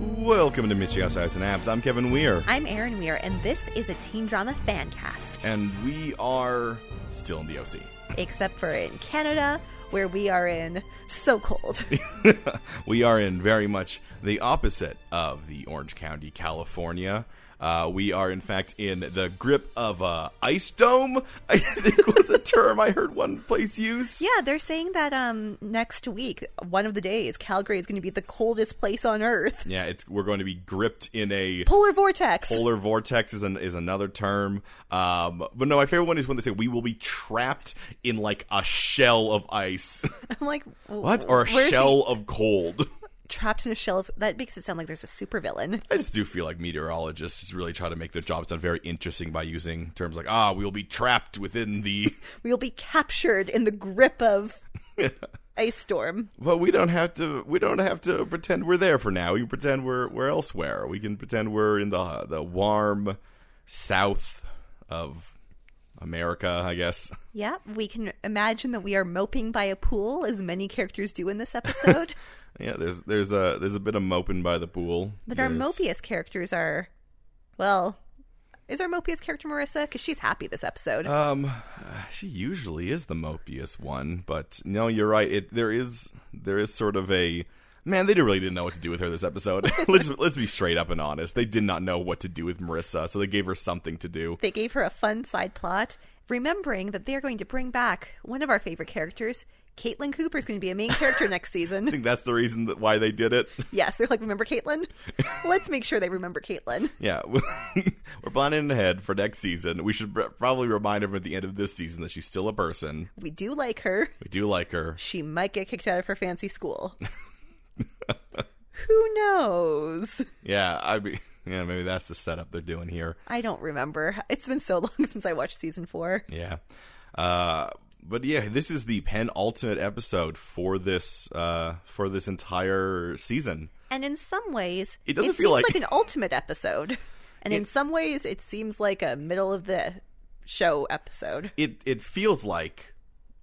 Welcome to Michigas Arts and Apps. I'm Kevin Weir, I'm Erin Weir, and this is a teen drama fan cast, and we are still in the OC. except for in Canada, where we are in so cold. We are in very much the opposite of the Orange County, California. Uh, we are, in fact, in the grip of a ice dome. I think was a term I heard one place use. yeah, they're saying that um, next week, one of the days, Calgary is going to be the coldest place on earth. Yeah, it's we're going to be gripped in a Polar vortex. polar vortex is an, is another term. Um, but no, my favorite one is when they say we will be trapped in like a shell of ice. I'm like, what? Or a where's the- shell of cold. trapped in a shell of that makes it sound like there's a supervillain. I just do feel like meteorologists just really try to make their job sound very interesting by using terms like ah, we will be trapped within the. We will be captured in the grip of a storm. But we don't have to. We don't have to pretend we're there for now. We can pretend we're we're elsewhere. We can pretend we're in the the warm south of America, I guess. Yeah, we can imagine that we are moping by a pool, as many characters do in this episode. Yeah, there's there's a there's a bit of moping by the pool. But our There's- Mobius characters are, well, is our Mobius character Marissa? Because she's happy this episode. Um, she usually is the Mopius one, but no, you're right. It there is there is sort of a man. They didn't really didn't know what to do with her this episode. let's let's be straight up and honest. They did not know what to do with Marissa, so they gave her something to do. they gave her a fun side plot, remembering that they're going to bring back one of our favorite characters. Caitlin Cooper is going to be a main character next I season. think that's the reason that why they did it. Yes, they're like, remember Caitlin? Let's make sure they remember Caitlin. Yeah, we're planning ahead for next season. We should pr- probably remind her at the end of this season that she's still a person. We do like her. We do like her. She might get kicked out of her fancy school. Who knows? Yeah, I mean, yeah, maybe that's the setup they're doing here. I don't remember. It's been so long since I watched season four. Yeah. Uh, but yeah, this is the penultimate episode for this uh, for this entire season. And in some ways, It it, doesn't seems feel like... like- an ultimate episode. And in some ways, it seems like a middle of the show episode. It it feels like,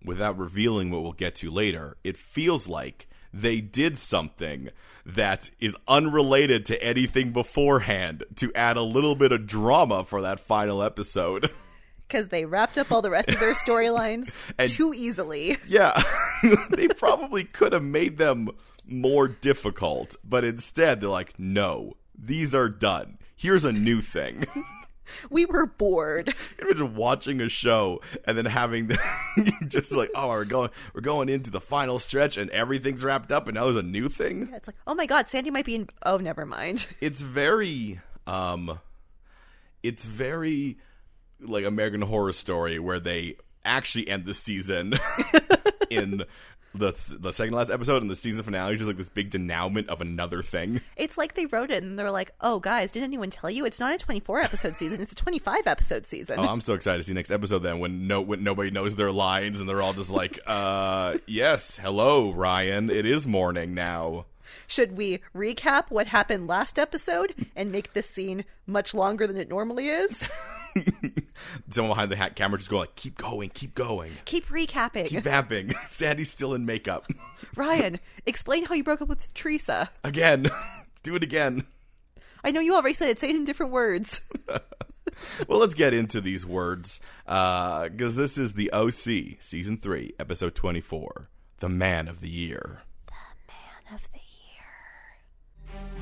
without revealing what we'll get to later, it feels like they did something that is unrelated to anything beforehand to add a little bit of drama for that final episode. Because they wrapped up all the rest of their storylines And- too easily. Yeah, they probably could have made them more difficult, but instead they're like, no, these are done. Here's a new thing. We were bored. Can you Imagine watching a show and then having the just like, oh, we're going, we're going into the final stretch and everything's wrapped up, and now there's a new thing. It's like, oh my god, Sandy might be in. Oh, never mind. It's very, um, it's very like American Horror Story where they actually end the season in the the second last episode and the season finale, just like this big denouement of another thing. It's like they wrote it and they're like, oh guys, did anyone tell you? It's not a 24 episode season, it's a 25 episode season. Oh, I'm so excited to see next episode then when no when nobody knows their lines and they're all just like, uh yes, hello, Ryan. It is morning now. Should we recap what happened last episode and make this scene much longer than it normally is? Someone behind the hat camera just going like, keep going, keep going. Keep recapping. Keep vamping. Sandy's still in makeup. Ryan, explain how you broke up with Teresa. Again. Do it again. I know you already said it. Say it in different words. Well, let's get into these words. Uh because this is the OC, season three, episode twenty four. The man of the year. Man of the year.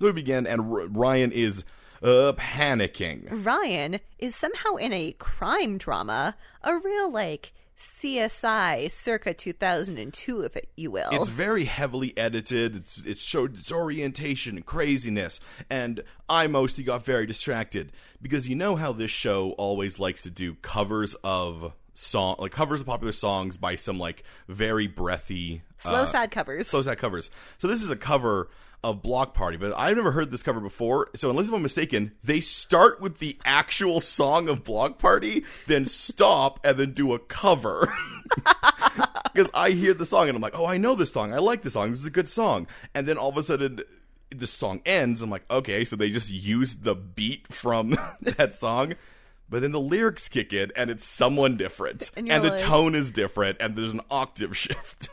So we begin and R- Ryan is uh panicking. Ryan is somehow in a crime drama, a real like CSI circa 2002, if it, you will. It's very heavily edited. It's it showed disorientation and craziness, and I mostly got very distracted because you know how this show always likes to do covers of song like covers of popular songs by some like very breathy Slow sad covers. Slow sad covers. uh, So this is a cover of Block Party, but I've never heard this cover before. So unless I'm mistaken, they start with the actual song of Block Party, then stop and then do a cover. Because I hear the song and I'm like, oh, I know this song. I like this song. This is a good song. And then all of a sudden, the song ends. I'm like, okay, so they just used the beat from that song. But then the lyrics kick in and it's someone different. And And, you're the like- tone is different and there's an octave shift.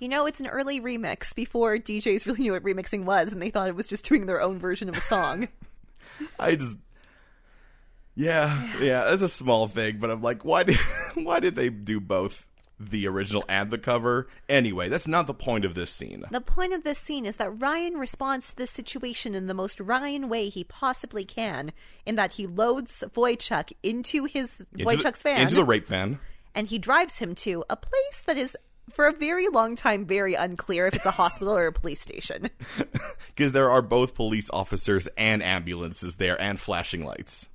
You know, it's an early remix before DJs really knew what remixing was, and they thought it was just doing their own version of a song. I just Yeah, yeah, that's a small thing, but I'm like, why did why did they do both the original and the cover? Anyway, that's not the point of this scene. the point of this scene is that Ryan responds to this situation in the most Ryan way he possibly can, in that he loads Voychuk into his Into the- Voychuk's van Into the rape van. and he drives him to a place that is for a very long time very unclear if it's a hospital or a police station. Because there are both police officers and ambulances there and flashing lights.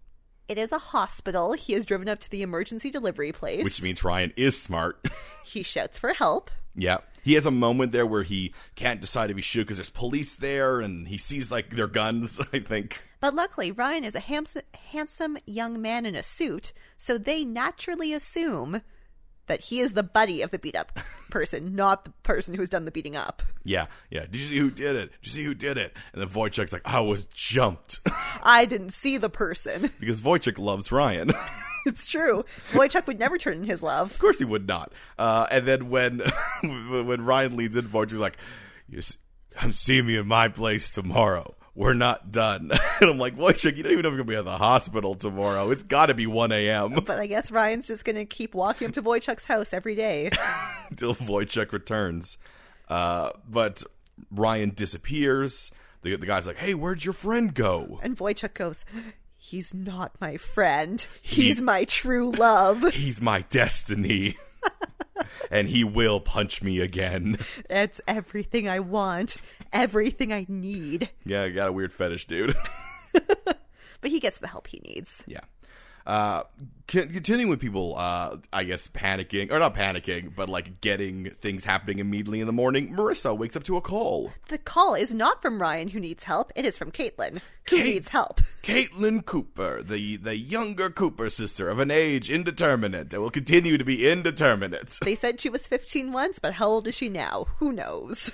It is a hospital. He is driven up to the emergency delivery place. Which means Ryan is smart. he shouts for help. Yeah. He has a moment there where he can't decide if he should because there's police there and he sees like their guns, I think. But luckily, Ryan is a handsome, handsome young man in a suit, so they naturally assume that he is the buddy of the beat up person, not the person who's done the beating up. Yeah. Yeah. Did you see who did it? Did you see who did it? And then Wojcik's like, I was jumped. I didn't see the person. because Wojcik loves Ryan. of It's true. Boychuk would never turn in his love. course he would not. Uh, and then when when Ryan leads in, Wojcik's like, you s- come see me in my place tomorrow. We're not done. and I'm like, Wojcik, you don't even know if you're going to be at the hospital tomorrow. It's got to be 1 a.m. But I guess Ryan's just going to keep walking up to Boychuk's house every day. until Wojciech returns. Uh, but Ryan disappears. The, the guy's like, "Hey, where'd your friend go?" And Boychuk goes, He's not my friend. He- He's my true love. He's my destiny, and he will punch me again. That's everything I want, everything I need. Yeah, I got a weird fetish, dude. But he gets the help he needs. yeah. Uh, con- continuing with people, uh, I guess panicking or not panicking, but like getting things happening immediately in the morning. Marissa wakes up to a call. The call is not from Ryan who needs help, it is from Caitlin who Kate- needs help. Caitlin Cooper, the the younger Cooper sister of an age indeterminate, and will continue to be indeterminate. They said she was 15 once, but how old is she now? Who knows?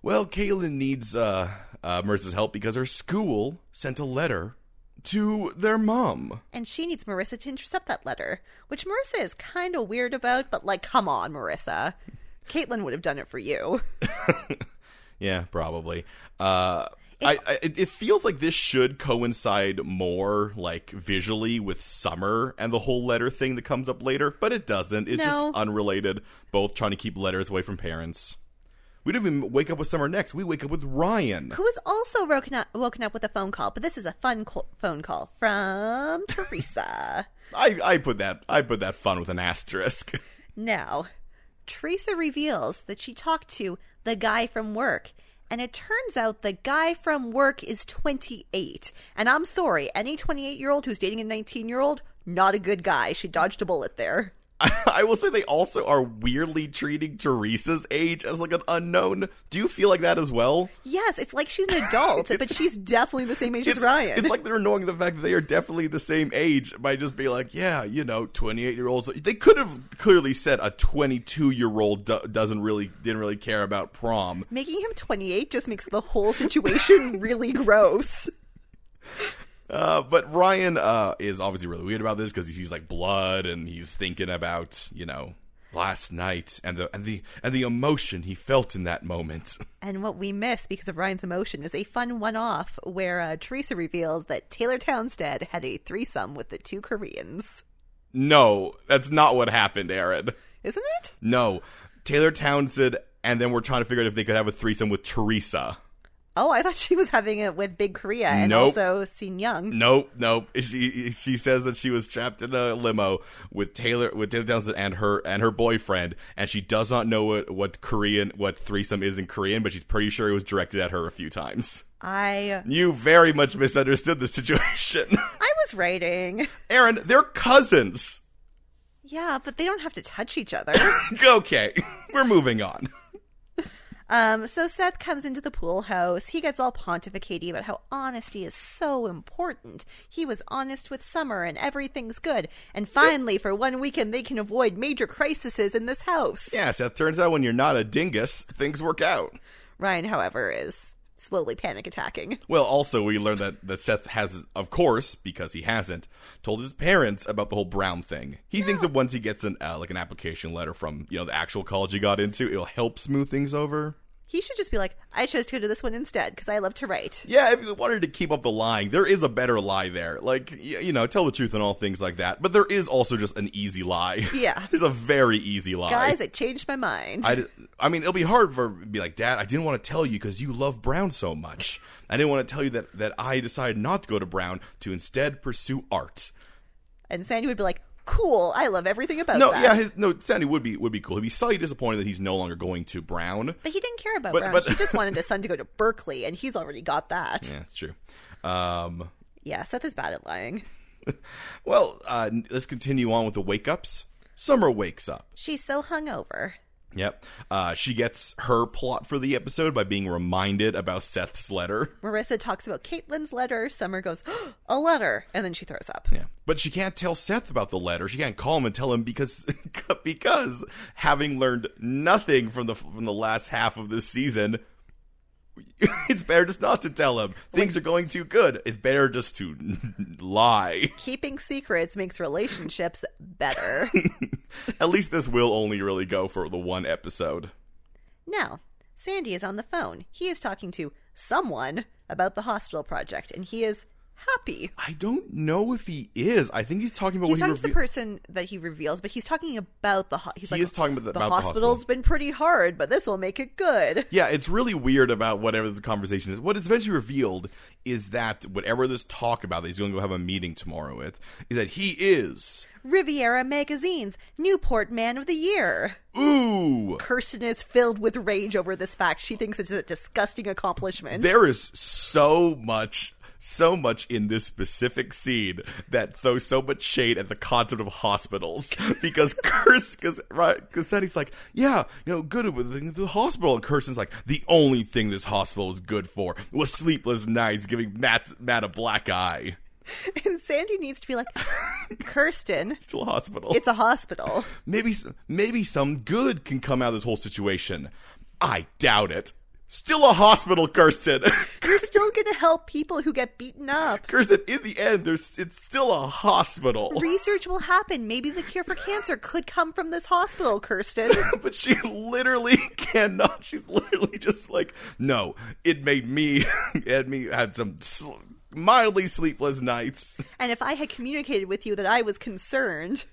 Well, Kaylin needs uh, uh, Marissa's help because her school sent a letter to their mom. And she needs Marissa to intercept that letter, which Marissa is kind of weird about, but like, come on, Marissa. Caitlin would have done it for you. Yeah, probably. Uh, I, I, it it feels like this should coincide more, like visually, with summer and the whole letter thing that comes up later, but it doesn't. It's No. just unrelated. Both trying to keep letters away from parents. We don't even wake up with summer next. We wake up with Ryan. Who was also woken up, woken up with a phone call, but this is a fun co- phone call from Teresa. I, I put that I put that fun with an asterisk. Now, Teresa reveals that she talked to the guy from work, and it turns out the guy from work is 28. And I'm sorry, any 28 year old who's dating a 19 year old, not a good guy. She dodged a bullet there. I, I will say they also are weirdly treating Teresa's age as like an unknown. Do you feel like that as well? Yes, it's like she's an adult, but she's definitely the same age as Ryan. it's like they're knowing the fact that they are definitely the same age by just being like, yeah, you know, 28 year olds. They could have clearly said a 22 year old do- doesn't really, didn't really care about prom. Making him 28 just makes the whole situation really gross. Uh, but Ryan uh, is obviously really weird about this because he sees like blood and he's thinking about, you know, last night and the and the and the emotion he felt in that moment. And what we miss because of Ryan's emotion is a fun one off where uh, Teresa reveals that Taylor Townstead had a threesome with the two Koreans. no, that's not what happened, Aaron. Isn't it? No, Taylor Townsend, and then we're trying to figure out if they could have a threesome with Teresa. Oh, I thought she was having it with Big Korea and Nope. also Sin Young. Nope, nope. She she says that she was trapped in a limo with Taylor with Taylor Townsend and her and her boyfriend, and she does not know what, what Korean what threesome is in Korean, but she's pretty sure it was directed at her a few times. I You very much misunderstood the situation, I was writing. Aaron. They're cousins. Yeah, but they don't have to touch each other. Okay, we're moving on. Um, so Seth comes into the pool house. He gets all pontificating about how honesty is so important. He was honest with Summer and everything's good. And finally, for one weekend, they can avoid major crises in this house. Yeah, Seth. Turns out when you're not a dingus, things work out. Ryan, however, is slowly panic attacking. Well, also we learned that that Seth has, of course, because he hasn't told his parents about the whole Brown thing. He thinks that once he gets an uh, like an application letter from you know the actual college he got into, it'll help smooth things over. He should just be like, I chose to go to this one instead because I love to write. Yeah, if you wanted to keep up the lying, there is a better lie there. Like y- you know, tell the truth and all things like that. But there is also just an easy lie. Yeah. there's a very easy lie. Guys, I changed my mind. I, I mean, it'll be hard for be like, Dad, I didn't want to tell you because you love Brown so much. I didn't want to tell you that that I decided not to go to Brown to instead pursue art. and Sandy would be like, Cool, I love everything about No, that. yeah, his, no, Sandy would be would be cool. He'd be slightly disappointed that he's no longer going to Brown. but he didn't care about But- Brown. but- he just wanted his son to go to Berkeley, and he's already got that. Yeah, that's true. Um, yeah Seth is bad at lying. well, uh, n- let's continue on with the wake ups. Summer wakes up. She's so hungover. Yep. Uh, she gets her plot for the episode by being reminded about Seth's letter. Marissa talks about Caitlin's letter. Summer goes, a letter. And then she throws up. Yeah. But she can't tell Seth about the letter. She can't call him and tell him because because having learned nothing from the from the last half of this season, it's better just not to tell him. Things are going too good. It's better just to lie. Keeping secrets makes relationships better. At least this will only really go for the one episode. now, Sandy is on the phone. He is talking to someone about the hospital project, and he is happy. I don't know if he is. I think he's talking about He's what talking he to the reve- person that he reveals, but he's talking about the ho- he's He like, is talking about the- about the hospital's hospital." been pretty hard, but this will make it good. Yeah, it's really weird about whatever the conversation is. What is eventually revealed is that whatever this talk about that he's going to go have a meeting tomorrow with is that he is Riviera Magazine's Newport Man of the Year. Ooh, Kirsten is filled with rage over this fact. She thinks it's a disgusting accomplishment. there is so much, so much in this specific scene that throws so much shade at the concept of hospitals because Kirsten, because right, because Sandy's like, yeah, you know, good with the, the hospital, and Kirsten's like, the only thing this hospital is good for was sleepless nights, giving Matt Matt a black eye. and Sandy needs to be like, Kirsten, Still a hospital. it's a hospital. maybe s- maybe some good can come out of this whole situation. I doubt it. Still a hospital, Kirsten. You're still going to help people who get beaten up. Kirsten, in the end, there's it's still a hospital. Research will happen. Maybe the cure for cancer could come from this hospital, Kirsten. But she literally cannot. She's literally just like, no, it made me, it had me had some sl- mildly sleepless nights. And if I had communicated with you that I was concerned,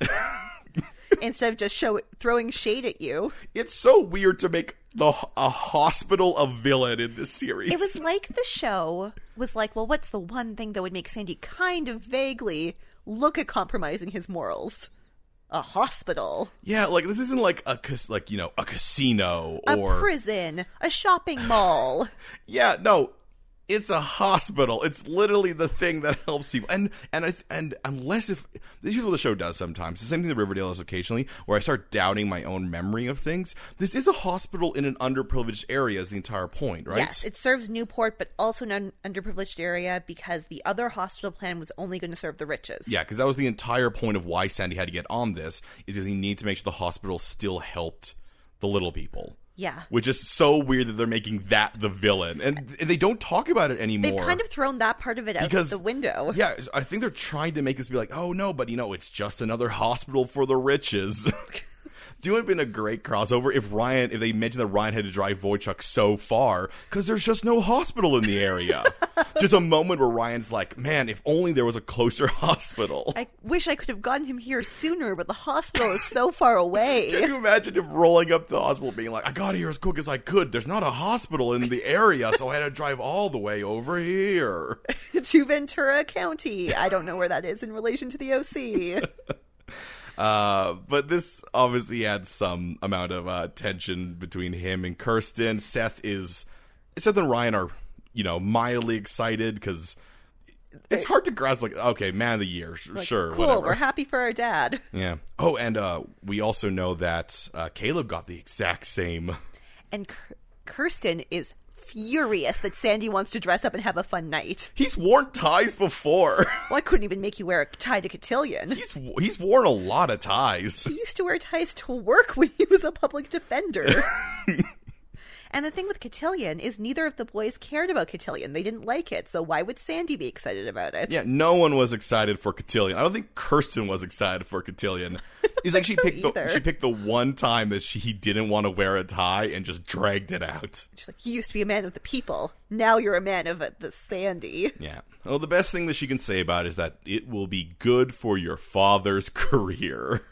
instead of just show throwing shade at you, It's so weird to make the a hospital a villain in this series. it was like the show was like, well, what's the one thing that would make Sandy kind of vaguely look at compromising his morals? A hospital, yeah, like this isn't like a cas- like you know a casino a or prison, a shopping mall. Yeah, no. It's a hospital. It's literally the thing that helps people. And and I, and unless if this is what the show does sometimes. The same thing that Riverdale does occasionally, where I start doubting my own memory of things. This is a hospital in an underprivileged area. Is the entire point, right? Yes, it serves Newport, but also in an underprivileged area because the other hospital plan was only going to serve the riches. Yeah, because that was the entire point of why Sandy had to get on this is because he needed to make sure the hospital still helped the little people. Yeah. Which is so weird that they're making that the villain, and, and they don't talk about it anymore. They've kind of thrown that part of it out because the window. Yeah, I think they're trying to make us be like, oh no, but you know, it's just another hospital for the riches. Do it would have been a great crossover if Ryan, if they mentioned that Ryan had to drive Voychuk so far because there's just no hospital in the area. just a moment where Ryan's like, man, if only there was a closer hospital. I wish I could have gotten him here sooner, but the hospital is so far away. Can you imagine him rolling up to the hospital being like, I got here as quick as I could. There's not a hospital in the area, so I had to drive all the way over here. to Ventura County. I don't know where that is in relation to the OC. Uh, but this obviously adds some amount of uh, tension between him and Kirsten. Seth is Seth and Ryan are you know mildly excited because it's hard to grasp. Like, okay, man of the year, sh- sure, cool. whatever. We're happy for our dad. yeah. Oh, and uh, we also know that uh, Caleb got the exact same. And K- Kirsten is furious that Sandy wants to dress up and have a fun night. He's worn ties before. Well, I couldn't even make you wear a tie to Cotillion. he's he's worn a lot of ties. He used to wear ties to work when he was a public defender. And the thing with Cotillion is neither of the boys cared about Cotillion. They didn't like it, so why would Sandy be excited about it? Yeah, no one was excited for Cotillion. I don't think Kirsten was excited for Cotillion. He's like she picked the, either. she picked the one time that she he didn't want to wear a tie and just dragged it out. She's like, you used to be a man of the people. Now you're a man of uh, the Sandy. Yeah. Well, the best thing that she can say about it is that it will be good for your father's career.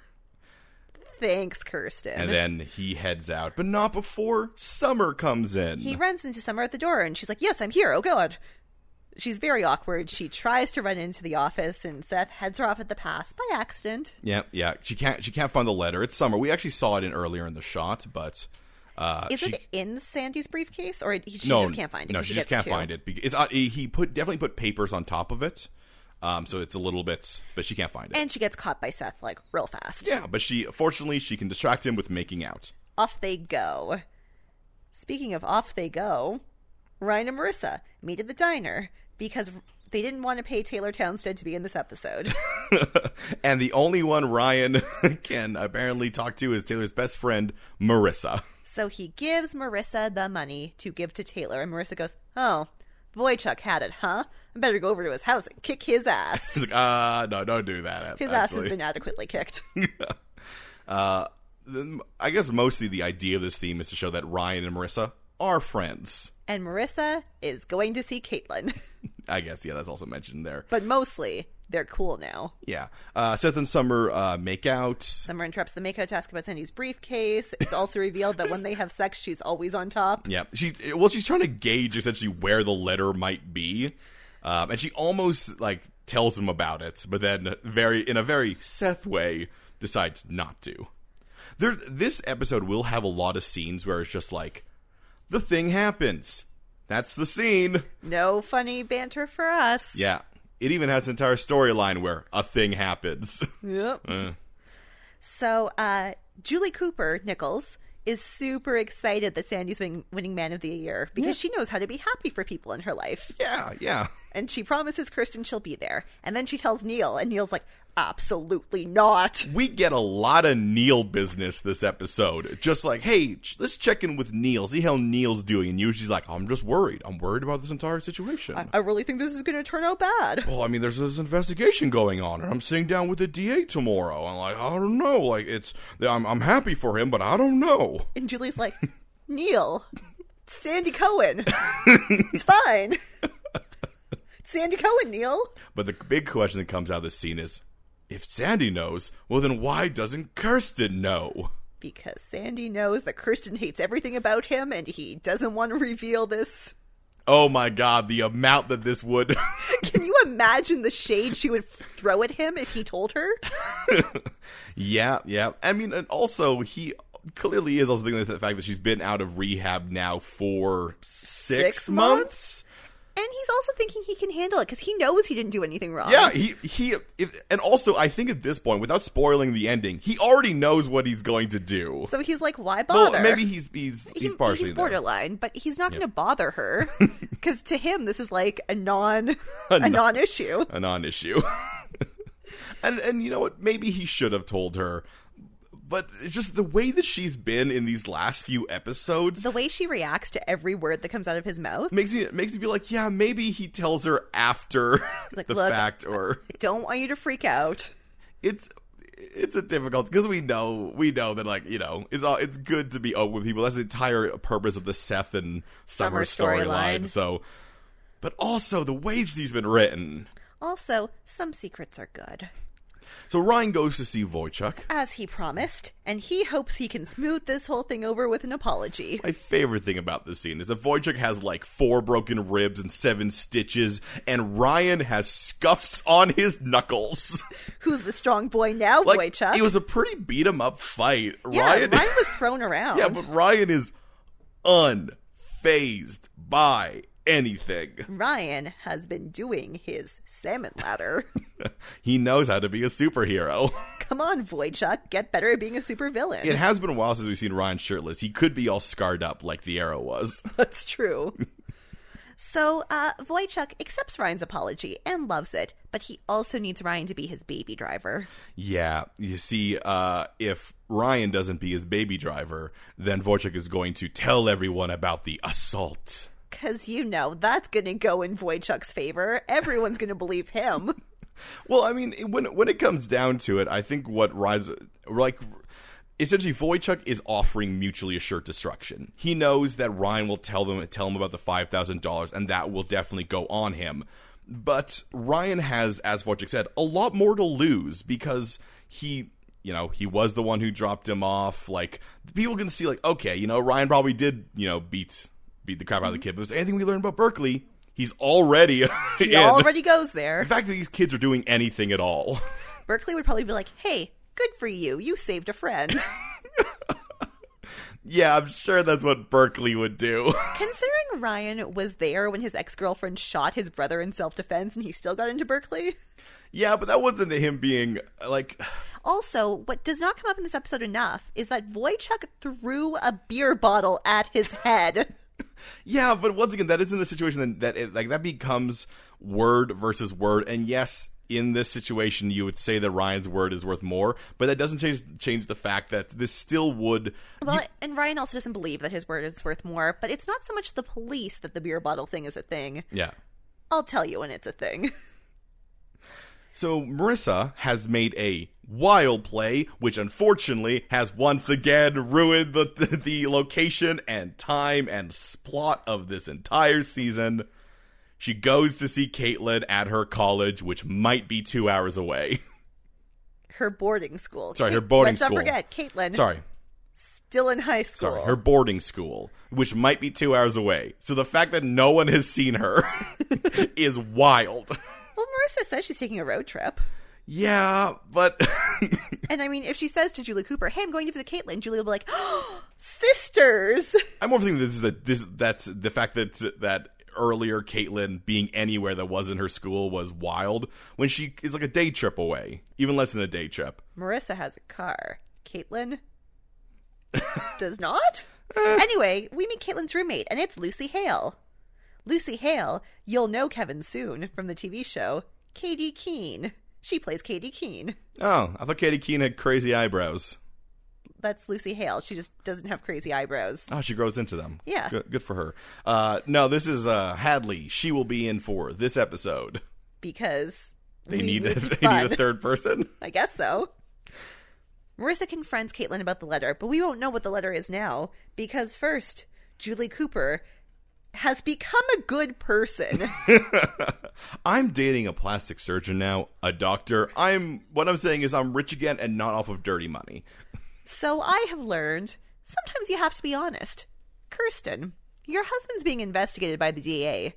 Thanks, Kirsten. And then he heads out, but not before Summer comes in. he runs into Summer at the door and she's like, Yes, I'm here. Oh, God. She's very awkward. She tries to run into the office and Seth heads her off at the pass by accident. yeah, yeah. She can't she can't find the letter. It's Summer. We actually saw it in earlier in the shot, but uh Is she, it in Sandy's briefcase or it- she no, just can't find it? No, 'cause she just gets can't two. find it. Bec- It's uh, he put definitely put papers on top of it, um, so it's a little bit, but she can't find it. And she gets caught by Seth like real fast. yeah, but she fortunately she can distract him with making out. Off they go. Speaking of off they go, Ryan and Marissa meet at the diner because they didn't want to pay Taylor Townstead to be in this episode. And the only one Ryan can apparently talk to is Taylor's best friend Marissa. So he gives Marissa the money to give to Taylor, and Marissa goes, Oh, Voychuk had it, huh? I better go over to his house and kick his ass. It's like, ah, no, don't do that. His ass has actually. been adequately kicked. Uh, the- I guess mostly the idea of this theme is to show that Ryan and Marissa are friends. and Marissa is going to see Caitlin. I guess, yeah, that's also mentioned there. But mostly, they're cool now. Yeah. Uh, Seth and Summer uh, make out. Summer interrupts the makeout task about Sandy's briefcase. It's also revealed that when they have sex, she's always on top. Yeah. She well, she's trying to gauge essentially where the letter might be, um, and she almost like tells him about it, but then very in a very Seth way decides not to. There, this episode will have a lot of scenes where it's just like the thing happens. That's the scene. No funny banter for us. Yeah. It even has an entire storyline where a thing happens. Yep. So uh, Julie Cooper Nichols is super excited that Sandy's winning, winning Man of the Year because she knows how to be happy for people in her life, yeah, yeah. and she promises Kirsten she'll be there. And then she tells Neil, and Neil's like, "Absolutely not." We get a lot of Neil business this episode. Just like, hey, ch- let's check in with Neil, see how Neil's doing. And usually, he's like, I'm just worried. I'm worried about this entire situation. I really think this is going to turn out bad. well, I mean, there's this investigation going on, and I'm sitting down with the DA tomorrow. I'm like, I don't know. Like, it's, I'm, I'm happy for him, but I don't know. And Julie's like, "Neil, it's Sandy Cohen, it's fine." It's Sandy Cohen, Neil. But the big question that comes out of this scene is if Sandy knows, well, then why doesn't Kirsten know? Because Sandy knows that Kirsten hates everything about him and he doesn't want to reveal this Oh my god, the amount that this would. Can you imagine the shade she would f- throw at him if he told her? yeah, yeah. I mean, and also, he clearly is also thinking of the fact that she's been out of rehab now for six, Six months? And he's also thinking he can handle it because he knows he didn't do anything wrong. Yeah, he. he if, and also, I think at this point, without spoiling the ending, he already knows what he's going to do. So he's like, why well, bother? maybe he's he's He- he's partially there. borderline, but he's not going to bother her because to him this is like a non non- a non issue. a non-issue. and and you know what? Maybe he should have told her. But it's just the way that she's been in these last few episodes The way she reacts to every word that comes out of his mouth, makes me makes me be like, yeah, maybe he tells her after like, the "Look, fact, or don't want you to freak out. it's it's a difficult because we know we know that like you know it's all it's good to be open with people. That's the entire purpose of the Seth and Summer, Summer storyline. storyline. So, but also the way that he's been written. Also, some secrets are good, So Ryan goes to see Wojciech. as he promised, and he hopes he can smooth this whole thing over with an apology. My favorite thing about this scene is that Wojcik has like four broken ribs and seven stitches, and Ryan has scuffs on his knuckles. Who's the strong boy now, Like boy Chuck? it was a pretty beat 'em up fight. Yeah, Ryan, Ryan, was thrown around. yeah, but Ryan is unfazed by anything. Ryan has been doing his salmon ladder. He knows how to be a superhero. Come on, Voychuk, get better at being a supervillain. It has been a while since we've seen Ryan shirtless. He could be all scarred up like the arrow was. That's true. So uh, Wojciech accepts Ryan's apology and loves it, but he also needs Ryan to be his baby driver. Yeah, you see, uh, if Ryan doesn't be his baby driver, then Vorchek is going to tell everyone about the assault. Because you know that's going to go in Wojciech's favor. Everyone's going to believe him. Well, I mean, it- when when it comes down to it, I think what Rise like essentially Voychuk is offering mutually assured destruction. He knows that Ryan will tell them tell him about the five thousand dollars, and that will definitely go on him. But Ryan has, as Voychuk said, a lot more to lose because he. You know, he was the one who dropped him off. Like people can see, like, okay, you know, Ryan probably did, you know, beat beat the crap out of the kid. But if there's anything we learned about Berkeley, he's already He in. already goes there. The fact that these kids are doing anything at all. Berkeley would probably be like, hey, good for you. You saved a friend. yeah, I'm sure that's what Berkeley would do. Considering Ryan was there when his ex girlfriend shot his brother in self defense and he still got into Berkeley. yeah, but that wasn't him being like Also, what does not come up in this episode enough is that Voychuk threw a beer bottle at his head. Yeah, but once again, that isn't a situation that, that it, like that becomes word versus word. And yes, in this situation, you would say that Ryan's word is worth more, but that doesn't change change the fact that this still would. Well, and Ryan also doesn't believe that his word is worth more, but it's not so much the police that the beer bottle thing is a thing. Yeah. I'll tell you when it's a thing. So Marissa has made a wild play, which unfortunately has once again ruined the the, location and time and s- plot of this entire season. She goes to see Caitlin at her college, which might be two hours away. Her boarding school. Sorry, her boarding Let's school. not forget, Caitlin, Sorry, still in high school. sorry, her boarding school, which might be two hours away. So the fact that no one has seen her is wild. Well, Marissa says she's taking a road trip. Yeah, but And I mean, if she says to Julie Cooper, hey, I'm going to visit Caitlin, Julie will be like, oh, sisters. I'm more thinking this is a, this that's the fact that that earlier Caitlyn being anywhere that wasn't her school was wild when she is like a day trip away, even less than a day trip. Marissa has a car. Caitlin does not. anyway, we meet Caitlin's roommate, and it's Lucy Hale. Lucy Hale, you'll know Kevin soon from the TV show Katie Keene. She plays Katie Keene. Oh, I thought Katie Keene had crazy eyebrows. That's Lucy Hale. She just doesn't have crazy eyebrows. Oh, she grows into them. Yeah. good, good for her. Uh, no, this is uh, Hadley. She will be in for this episode. Because They we need a, would be they fun. need a third person. I guess so. Marissa confronts Caitlin about the letter, but we won't know what the letter is now because first, Julie Cooper has become a good person. I'm dating a plastic surgeon now, a doctor. I'm what I'm saying is I'm rich again and not off of dirty money. so I have learned sometimes you have to be honest. Kirsten, your husband's being investigated by the DA,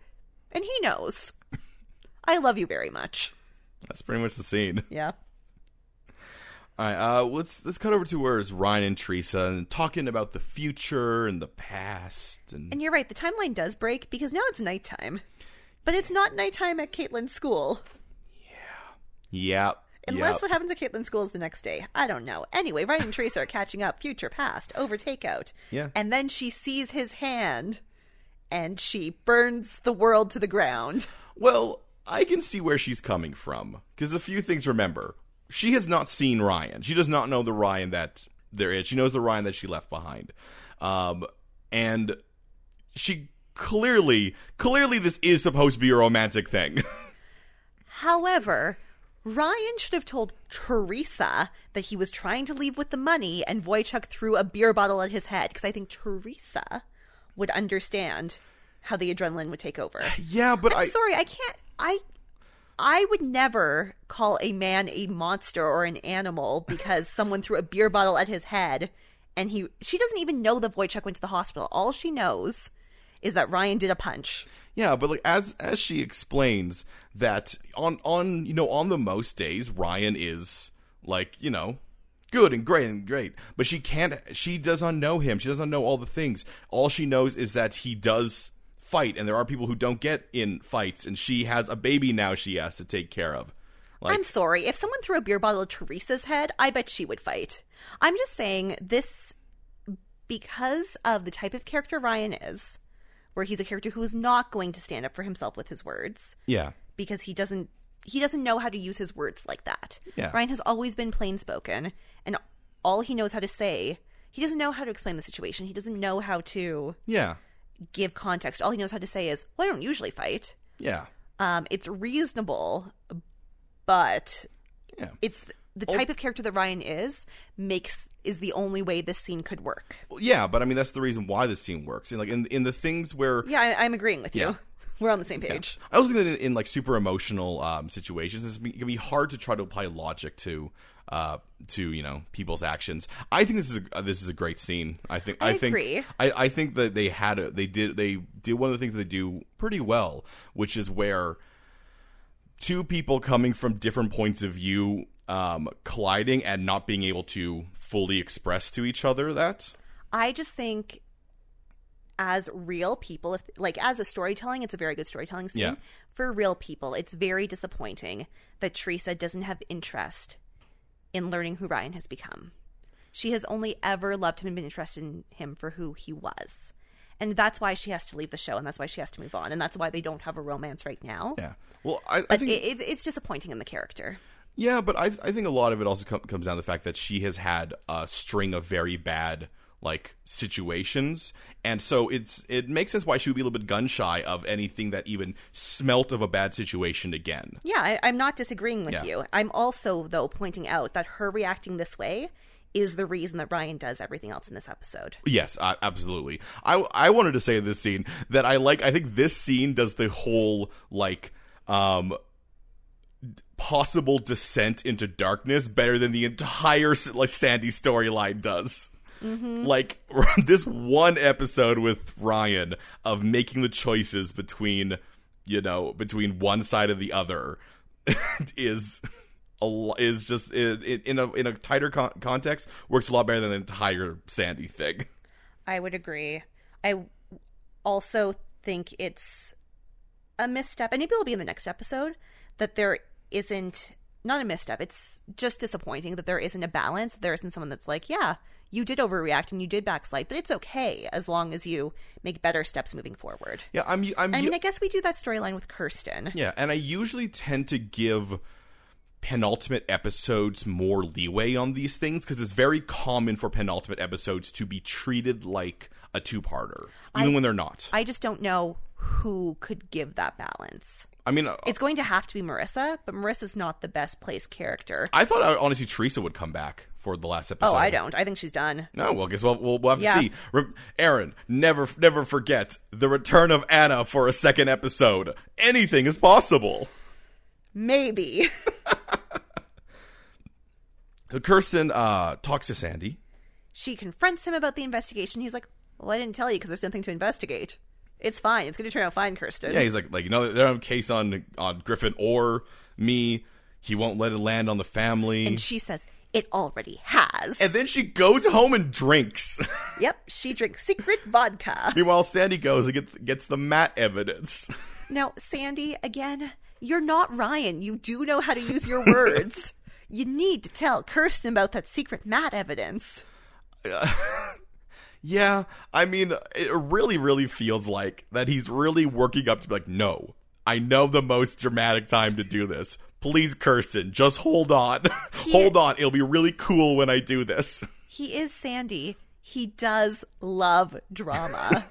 and he knows. I love you very much. That's pretty much the scene. Yeah. All right, uh, let's let's cut over to where is Ryan and Teresa and talking about the future and the past and, And you're right, the timeline does break because now it's nighttime. But it's not nighttime at Caitlin's school. yeah, Unless yeah. what happens at Caitlin's school is the next day. I don't know. Anyway, Ryan and Teresa are catching up, future, past, over takeout. Yeah. And then she sees his hand and she burns the world to the ground. Well, I can see where she's coming from because a few things. Remember, she has not seen Ryan. She does not know the Ryan that there is. She knows the Ryan that she left behind, um, and she clearly, clearly, this is supposed to be a romantic thing. However, Ryan should have told Teresa that he was trying to leave with the money and Wojciech threw a beer bottle at his head because I think Teresa would understand how the adrenaline would take over. yeah, but I. sorry, I can't. I I would never call a man a monster or an animal because someone threw a beer bottle at his head, and he she doesn't even know that Wojciech went to the hospital. All she knows is that Ryan did a punch. Yeah, but like as as she explains that on on you know on the most days Ryan is like you know good and great and great, but she can't. She does not know him. She does not know all the things. All she knows is that he does fight, and there are people who don't get in fights. And she has a baby now. She has to take care of. Like I'm sorry. If someone threw a beer bottle at Teresa's head, I bet she would fight. I'm just saying this because of the type of character Ryan is. where he's a character who is not going to stand up for himself with his words Yeah. because he doesn't he doesn't know how to use his words like that. Yeah. Ryan has always been plain spoken and all he knows how to say he doesn't know how to explain the situation. He doesn't know how to Yeah. give context. All he knows how to say is, Well I don't usually fight. Yeah. Um, it's reasonable, but Yeah. it's the Oh. type of character that Ryan is makes is the only way this scene could work. Well, yeah, but I mean that's the reason why this scene works. And like in in the things where Yeah, I, I'm agreeing with you. Yeah. We're on the same page. I also think that in, in like super emotional um, situations, it's be- it can be hard to try to apply logic to uh, to you know people's actions. I think this is a, uh, this is a great scene. I think I, I think agree. I, I think that they had a, they did they did one of the things that they do pretty well, which is where two people coming from different points of view um, colliding and not being able to fully express to each other that. I just think as real people, if like as a storytelling, it's a very good storytelling scene. Yeah. For real people, it's very disappointing that Teresa doesn't have interest in learning who Ryan has become. She has only ever loved him and been interested in him for who he was. And that's why she has to leave the show and that's why she has to move on. And that's why they don't have a romance right now. Yeah. Well, I, I But think it, it, it's disappointing in the character. Yeah, but I I think a lot of it also com- comes down to the fact that she has had a string of very bad like situations, and so it's it makes sense why she would be a little bit gun shy of anything that even smelt of a bad situation again. Yeah, I, I'm not disagreeing with Yeah. you. I'm also, though, pointing out that her reacting this way is the reason that Ryan does everything else in this episode. Yes, uh, absolutely. I I wanted to say in this scene that I like. I think this scene does the whole like um d- possible descent into darkness better than the entire s- like Sandy storyline does. Like this one episode with Ryan of making the choices between you know between one side and the other is. A, lo- is just in, in in a in a tighter con- context works a lot better than the entire Sandy thing. I would agree. I also think it's a misstep, and maybe it'll be in the next episode, that there isn't, not a misstep, it's just disappointing that there isn't a balance. There isn't someone that's like, yeah, you did overreact and you did backslide, but it's okay as long as you make better steps moving forward. Yeah, I'm. I'm. I mean, I guess we do that storyline with Kirsten. yeah, and I usually tend to give penultimate episodes more leeway on these things because it's very common for penultimate episodes to be treated like a two-parter, even when they're not. I just don't know who could give that balance. I mean, uh, It's going to have to be Marissa, but Marissa's not the best placed character. I thought uh, honestly Teresa would come back for the last episode. oh, I don't. I think she's done. No, well, guess we'll we'll, we'll have Yeah. to see. Re- Aaron, never never forget the return of Anna for a second episode. Anything is possible. Maybe. So Kirsten uh, talks to Sandy. she confronts him about the investigation. He's like, Well, I didn't tell you because there's nothing to investigate. It's fine. It's going to turn out fine, Kirsten. Yeah, he's like, like you know, they don't have a case on on Griffin or me. He won't let it land on the family. And And, she says, It already has. then she goes home and drinks. yep. She drinks secret vodka. Meanwhile, Sandy goes and gets, gets the Matt evidence. Now, Sandy, again, you're not Ryan. You do know how to use your words. you need to tell Kirsten about that secret Matt evidence. Yeah, I mean, it really, really feels like that he's really working up to be like, no, I know the most dramatic time to do this. Please, Kirsten, just hold on. hold on. It'll be really cool when I do this. He is Sandy. He does love drama.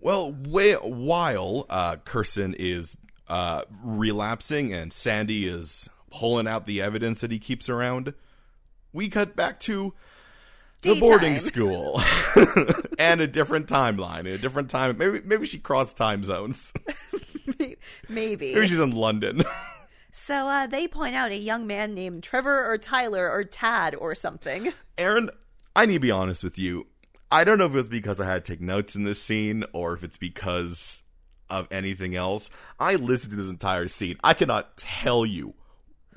Well, wh- while uh, Kirsten is uh, relapsing and Sandy is pulling out the evidence that he keeps around, we cut back to the Daytime. boarding school and a different timeline, and a different time. Maybe maybe she crossed time zones. Maybe Maybe. she's in London. So uh, they point out a young man named Trevor or Tyler or Tad or something. Aaron, I need to be honest with you. I don't know if it's because I had to take notes in this scene or if it's because of anything else. I listened to this entire scene. I cannot tell you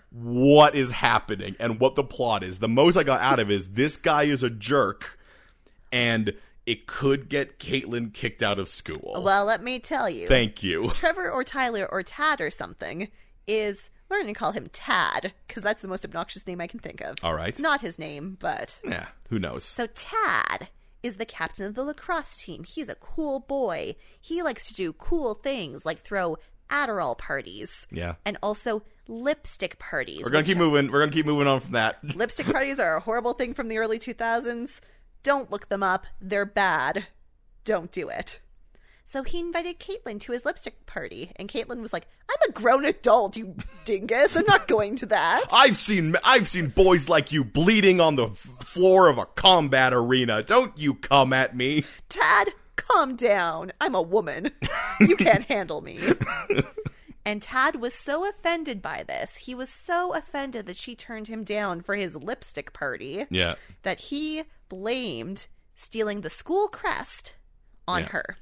what is happening and what the plot is. The most I got out of it is this guy is a jerk and it could get Caitlyn kicked out of school. Well, let me tell you. Oh. Thank you. Trevor or Tyler or Tad or something is. We're going to call him Tad because that's the most obnoxious name I can think of. All right. It's not his name, but. Yeah, who knows? So Tad is the captain of the lacrosse team. He's a cool boy. He likes to do cool things like throw Adderall parties. Yeah. And also lipstick parties. We're gonna which- keep moving. We're gonna keep moving on from that. Lipstick parties are a horrible thing from the early 2000s. Don't look them up. They're bad. Don't do it. So he invited Caitlin to his lipstick party, and Caitlin was like, I'm a grown adult, you dingus. I'm not going to that. I've seen I've seen boys like you bleeding on the f- floor of a combat arena. Don't you come at me. Tad, calm down. I'm a woman. You can't handle me. And Tad was so offended by this. He was so offended that she turned him down for his lipstick party Yeah. that he blamed stealing the school crest on Yeah. her.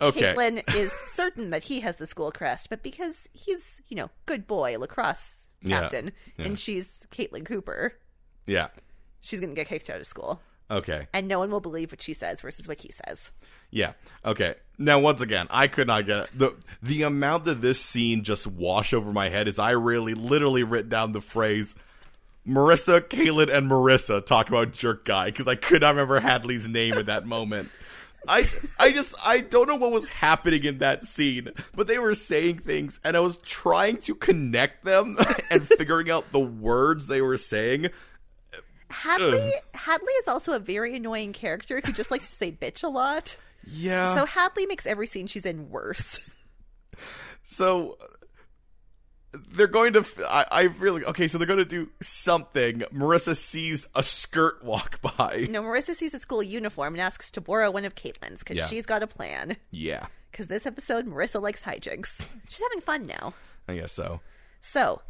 Okay. Caitlin is certain that he has the school crest, but because he's, you know, good boy, lacrosse Yeah. captain, Yeah. and she's Caitlin Cooper, Yeah. she's going to get kicked out of school. Okay. And no one will believe what she says versus what he says. Yeah. Okay. Now, once again, I could not get it. the the amount that this scene just wash over my head is I really literally writ down the phrase Marissa, Caitlin, and Marissa talk about jerk guy because I could not remember Hadley's name at that moment. I I just I don't know what was happening in that scene, but they were saying things, and I was trying to connect them and figuring out the words they were saying. Hadley Hadley is also a very annoying character who just likes to say bitch a lot. Yeah. So Hadley makes every scene she's in worse. So uh, they're going to. f- I, I really okay. So they're going to do something. Marissa sees a skirt walk by. No, Marissa sees a school uniform and asks to borrow one of Caitlin's because Yeah. she's got a plan. Yeah, Because this episode, Marissa likes hijinks. She's having fun now. I guess so. So,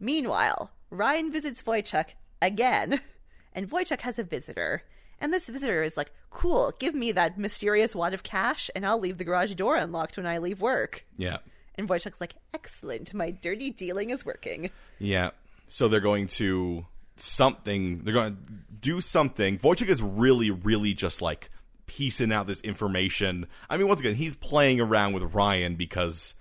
meanwhile, Ryan visits Wojciech again, and Wojciech has a visitor. And this visitor is like, cool, give me that mysterious wad of cash, and I'll leave the garage door unlocked when I leave work. Yeah, And Wojciech's like, excellent, my dirty dealing is working. yeah. So they're going to something. They're going to do something. Wojcik is really, really just like piecing out this information. I mean, once again, he's playing around with Ryan because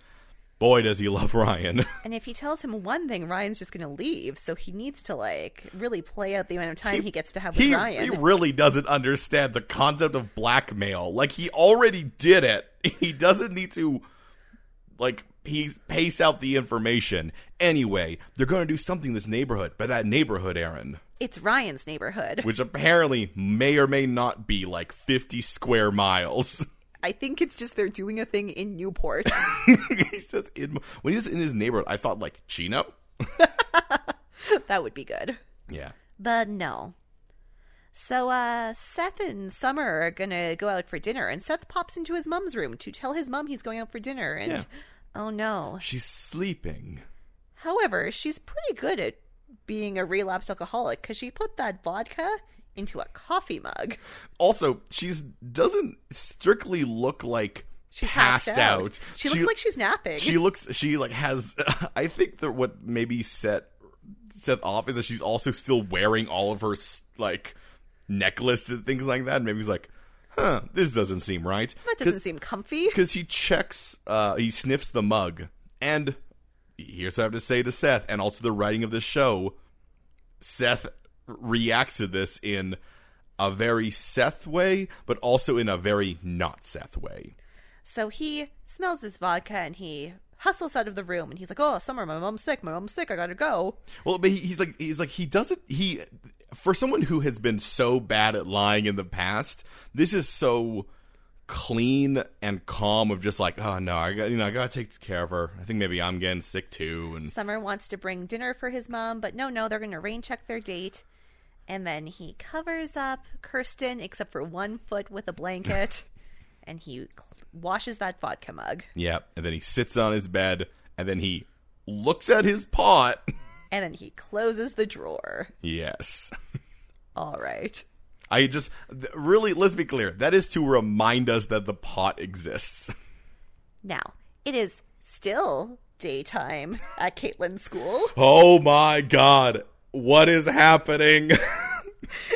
boy does he love Ryan. And if he tells him one thing, Ryan's just going to leave. So he needs to, like, really play out the amount of time he, gets to have with he, Ryan. he really doesn't understand the concept of blackmail. Like he already did it. He doesn't need to like he pace out the information. Anyway, they're going to do something in this neighborhood, but that neighborhood, Aaron, it's Ryan's neighborhood. which apparently may or may not be like 50 square miles. I think it's just they're doing a thing in Newport. he says in when he's in his neighborhood, I thought like Chino. that would be good. Yeah. But no. So uh Seth and Summer are gonna go out for dinner and Seth pops into his mom's room to tell his mom he's going out for dinner and Yeah. oh no. She's sleeping. However, she's pretty good at being a relapsed alcoholic because she put that vodka into a coffee mug. Also, she's doesn't strictly look like She's passed, out. She looks like. like she's napping. she looks she like has i think that what maybe set seth off is that she's also still wearing all of her s- like necklace and things like that and maybe he's like huh this doesn't seem right that doesn't seem comfy. because he checks uh he sniffs the mug and here's what i have to say to seth and also the writing of the show seth reacts to this in a very seth way but also in a very not seth way So he smells this vodka and he hustles out of the room and he's like, Oh, Summer, my mom's sick, my mom's sick, I gotta go. Well, but he, he's like he's like he doesn't he for someone who has been so bad at lying in the past, this is so clean and calm of just like oh no I got you know I gotta take care of her. I think maybe I'm getting sick too and Summer wants to bring dinner for his mom, but no, no, they're going to rain check their date. And then he covers up Kirsten, except for one foot, with a blanket. and he cl- washes that vodka mug. yeah. And then he sits on his bed and then he looks at his pot. And then he closes the drawer. yes. All right. I just th- really let's be clear. That is to remind us that the pot exists. Now, it is still daytime at Caitlin's school. Oh my god. What is happening?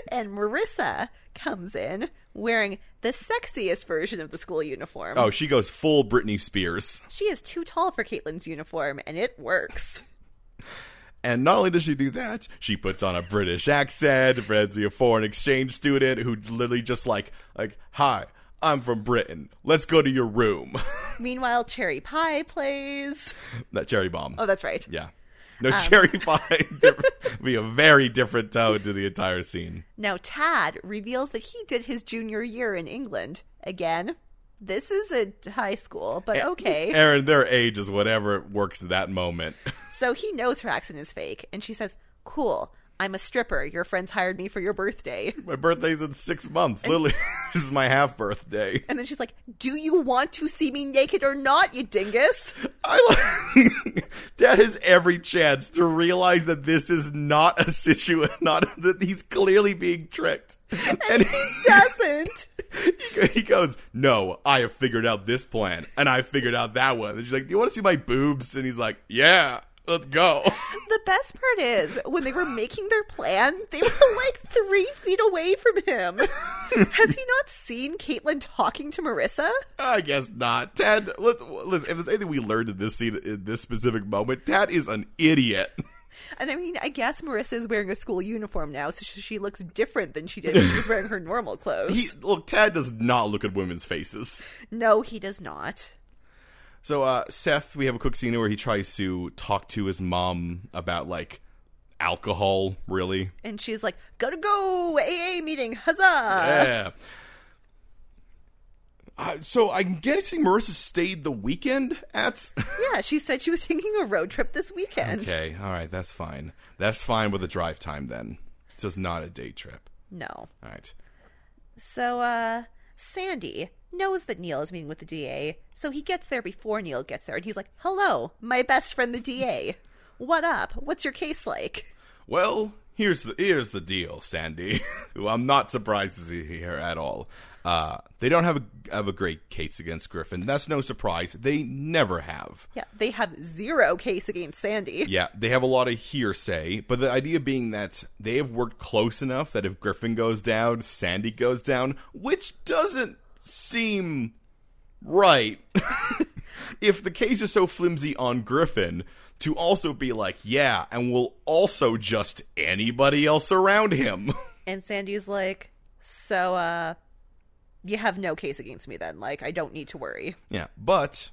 And Marissa comes in wearing the sexiest version of the school uniform. oh, she goes full Britney Spears. She is too tall for Caitlin's uniform, and it works. And not only does she do that, she puts on a British accent, pretends to be a foreign exchange student who literally just like, like, hi, I'm from Britain. Let's go to your room. Meanwhile, Cherry Pie plays. that cherry bomb. Oh, that's right. Yeah. No cherry pie. There would be a very different tone to the entire scene. Now, Tad reveals that he did his junior year in England. Again, this is a high school, but okay. Aaron, their age is whatever works at that moment. So he knows her accent is fake, and she says, Cool, I'm a stripper. Your friends hired me for your birthday. My birthday's in six months. Literally, this is my half birthday. And then she's like, Do you want to see me naked or not, you dingus? I like Dad has every chance to realize that this is not a situation, not that he's clearly being tricked. And he, Doesn't. he goes, "No, I have figured out this plan, and I figured out that one." And she's like, "Do you want to see my boobs?" And he's like, "Yeah, let's go." The best part is when they were making their plan, they were like three feet away from him. Has he not seen Caitlin talking to Marissa? I guess not. Ted, let, listen, if there's anything we learned in this scene, in this specific moment, Ted is an idiot. And I mean, I guess Marissa is wearing a school uniform now, so she she looks different than she did when she was wearing her normal clothes. He, look, Ted does not look at women's faces. no, he does not. So, uh, Seth, we have a quick scene where he tries to talk to his mom about, like, alcohol, really. And she's like, gotta go, AA meeting, huzzah! Yeah. Uh, so, I'm guessing Marissa stayed the weekend at. Yeah, she said she was taking a road trip this weekend. okay, all right, that's fine. That's fine with a drive time then. So, it's not a day trip. No. All right. So, uh, Sandy knows that Neil is meeting with the DA, so he gets there before Neil gets there, and he's like, hello, my best friend, the DA. What up? What's your case like? Well, here's the here's the deal, Sandy. who I'm not surprised to see here at all. Uh, they don't have a have a great case against Griffin. That's no surprise. They never have. Yeah, they have zero case against Sandy. Yeah, they have a lot of hearsay, but the idea being that they have worked close enough that if Griffin goes down, Sandy goes down, which doesn't seem right. if the case is so flimsy on Griffin, to also be like, yeah, and we'll also just anybody else around him. And Sandy's like, so, uh, you have no case against me then. Like, I don't need to worry. Yeah, but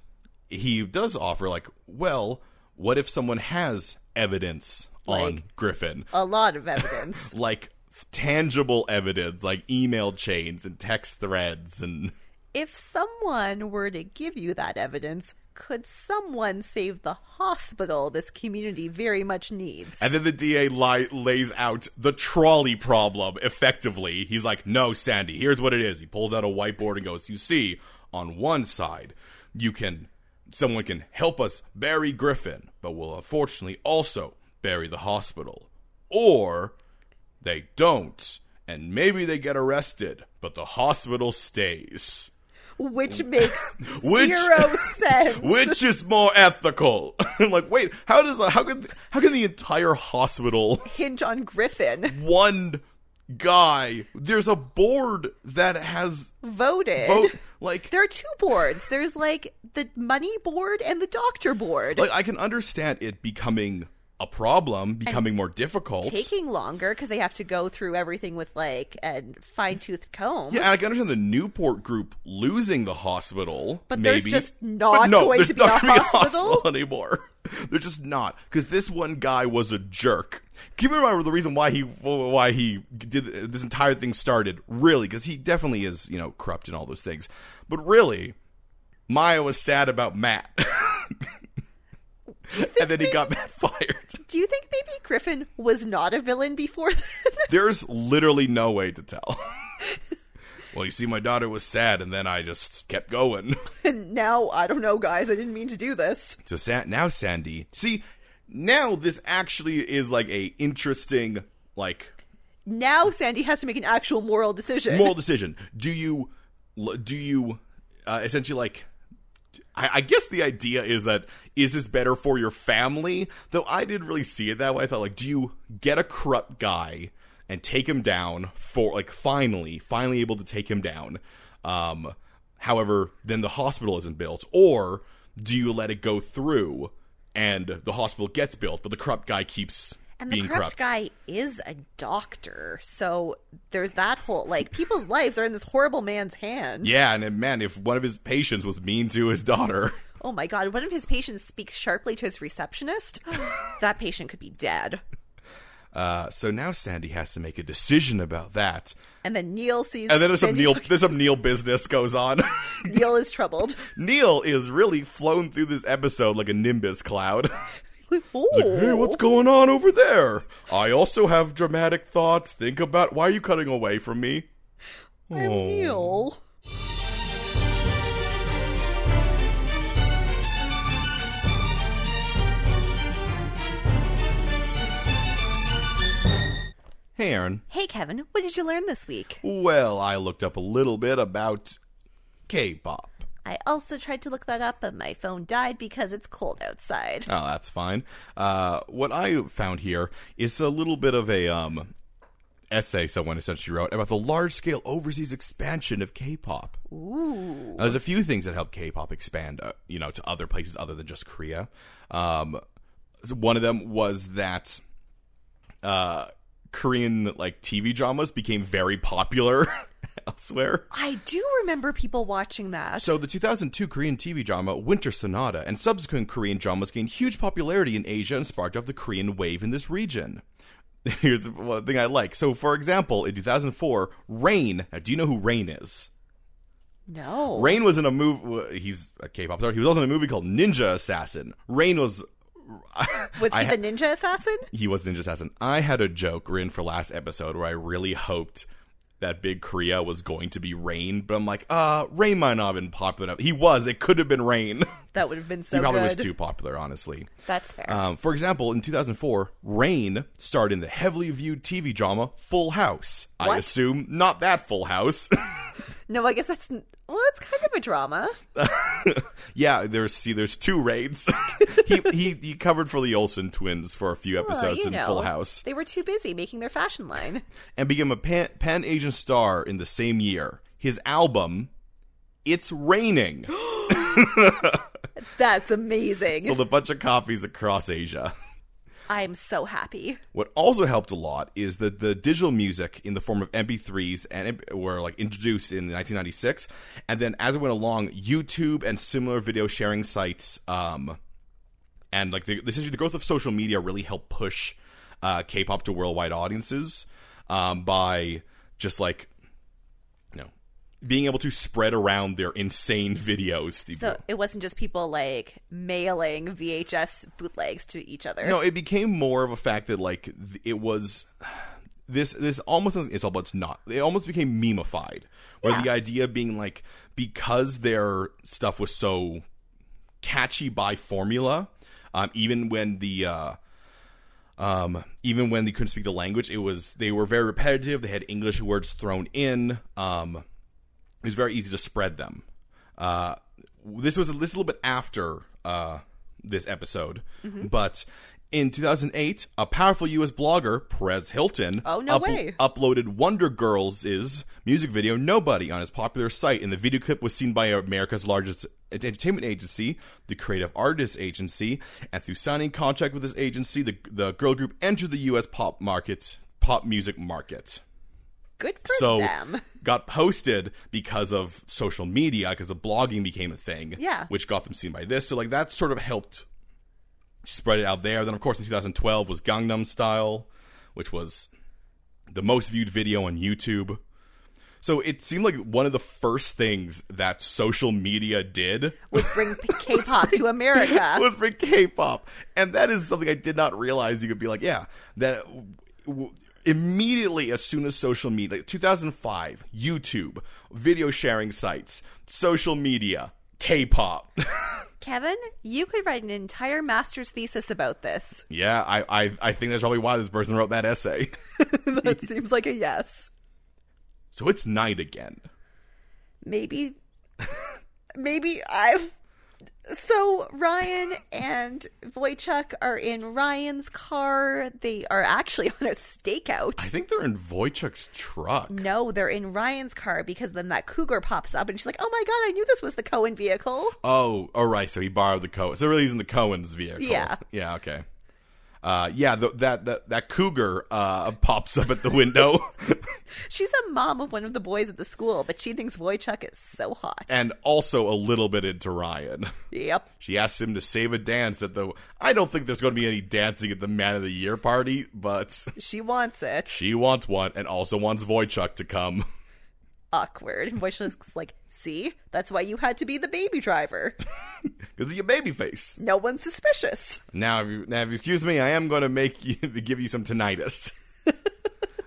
he does offer like, well, what if someone has evidence on Like- Griffin, A lot of evidence. like f- tangible evidence, like email chains and text threads, and if someone were to give you that evidence, could someone save the hospital this community very much needs? and then the DA li- lays out the trolley problem effectively. He's like, no, Sandy, here's what it is. He pulls out a whiteboard and goes, you see, on one side, you can. Someone can help us bury Griffin, but will unfortunately also bury the hospital. Or They don't. And maybe they get arrested, but the hospital stays. Which makes Which- zero sense. Which is more ethical? I'm like, wait, how does the, how can how can the entire hospital Hinge on Griffin one guy? There's a board that has voted. vote like There are two boards. There's like the money board and the doctor board. like I can understand it becoming a problem, becoming more difficult. taking longer because they have to go through everything with like a fine tooth comb. Yeah, and I can understand the Newport group losing the hospital. But maybe. there's just not going there's to be not a gonna hospital. anymore. There's just not because this one guy was a jerk. Keep in mind the reason why he why he did this entire thing started really because he definitely is you know corrupt and all those things. But really, Maya was sad about Matt, and then he got Matt fired. Do you think maybe Griffin was not a villain before then? There's literally no way to tell. well, you see, my daughter was sad, and then I just kept going. and now I don't know, guys. I didn't mean to do this. So Sa- now Sandy, see, now this actually is like a interesting like Now Sandy has to make an actual moral decision. moral decision. Do you do you uh, essentially like? I, I guess the idea is that is this better for your family? Though I didn't really see it that way. I thought like, do you get a corrupt guy and take him down for like finally, finally able to take him down? Um, however, then the hospital isn't built, or do you let it go through? and the hospital gets built, but the corrupt guy keeps And the being corrupt, guy is a doctor, so there's that whole like people's lives are in this horrible man's hand. Yeah, and then, man, if one of his patients was mean to his daughter, Oh my god, one of his patients speaks sharply to his receptionist. that patient could be dead. uh, so now Sandy has to make a decision about that. And then Neil sees And then there's some Sandy Neil, talking- there's some Neil business goes on. Neil is troubled. Neil is really flown through this episode like a nimbus cloud. Ooh. hey, what's "Oh, going on over there? I also have dramatic thoughts. Think about why are you cutting away from me? Oh. Neil. Hey, Aaron. Hey Kevin, what did you learn this week? Well, I looked up a little bit about K-pop. I also tried to look that up, but my phone died because it's cold outside. Oh, that's fine. Uh, what I found here is a little bit of a um, essay someone essentially wrote about the large-scale overseas expansion of K-pop. Ooh. Now, there's a few things that help K-pop expand, uh, you know, to other places other than just Korea. Um, so one of them was that uh, Korean like TV dramas became very popular elsewhere. I do remember people watching that. So the 2002 Korean TV drama Winter Sonata and subsequent Korean dramas gained huge popularity in Asia and sparked off the Korean wave in this region. Here's one thing I like. So, for example, in 2004, Rain. Now, do you know who Rain is? no. Rain was in a movie. He's a K-pop star. He was also in a movie called Ninja Assassin. Rain was. Was he I ha- the ninja assassin? He was Ninja Assassin. I had a joke written for last episode where I really hoped that Big Korea was going to be Rain, but I'm like, uh, Rain might not have been popular enough. He was. It could have been Rain. That would have been so he probably was good. too popular, honestly. That's fair. Um, for example, in 2004, Rain starred in the heavily viewed TV drama Full House. I What? assume not that Full House. no, I guess that's n- well, it's kind of a drama. Yeah, there's see, there's two raids. he, he he covered for the Olsen twins for a few Well, episodes you in know, Full House, They were too busy making their fashion line. and became a pan, pan Asian star in the same year. His album, "It's Raining," That's amazing. sold a bunch of copies across Asia. I'm so happy. What also helped a lot is that the digital music in the form of MP3s and M- were like introduced in 1996, and then as it went along, YouTube and similar video sharing sites, um, and like the, essentially the growth of social media really helped push uh, K-pop to worldwide audiences um, by just like you know being able to spread around their insane videos. So it wasn't just people like mailing VHS bootlegs to each other. No, it became more of a fact that like th- it was this this almost doesn't insult, but it's not. It almost became memeified, where the idea being like because their stuff was so catchy by formula, um, even when the uh, um, even when they couldn't speak the language, it was they were very repetitive. They had English words thrown in. Um, it was very easy to spread them. Uh, this was this is a little bit after uh, this episode, Mm-hmm. but in 2008, a powerful U.S. blogger, Perez Hilton, Oh, no way. uploaded Wonder Girls' music video "Nobody" on his popular site, and the video clip was seen by America's largest entertainment agency, the Creative Artists Agency, and through signing contract with this agency, the the girl group entered the U.S. pop market, pop music market Good for so them. got posted because of social media because the blogging became a thing Yeah. which got them seen by this so like that sort of helped spread it out there then of course in 2012 was gangnam style which was the most viewed video on youtube so it seemed like one of the first things that social media did Was bring p- K-pop to America. was for K-pop, and that is something I did not realize. You could be like, yeah, that w- immediately as soon as social media, like 2005, YouTube, video sharing sites, social media, K-pop. Kevin, you could write an entire master's thesis about this. yeah, I, I I think that's probably why this person wrote that essay. that seems like a yes. So it's night again. Maybe, maybe I've So Ryan and Voychuk are in Ryan's car. They are actually on a stakeout. I think they're in Wojciech's truck. No, they're in Ryan's car because then that cougar pops up and she's like, "Oh my god, I knew this was the Cohen vehicle." Oh, all right. So he borrowed the Cohen. So really, he's in the Cohen's vehicle. Yeah. Yeah. Okay. Uh, yeah. Th- that that that cougar uh, pops up at the window, She's a mom of one of the boys at the school, but she thinks Voychuk is so hot. and also a little bit into Ryan. yep. She asks him to save a dance at the. I don't think there's going to be any dancing at the Man of the Year party, but She wants it. she wants one, and also wants Voychuk to come. Awkward. And Voychuk's like, "See? That's why you had to be the baby driver. Because your baby face. No one's suspicious." Now, if you, now, if you excuse me, I am going to make you give you some tinnitus.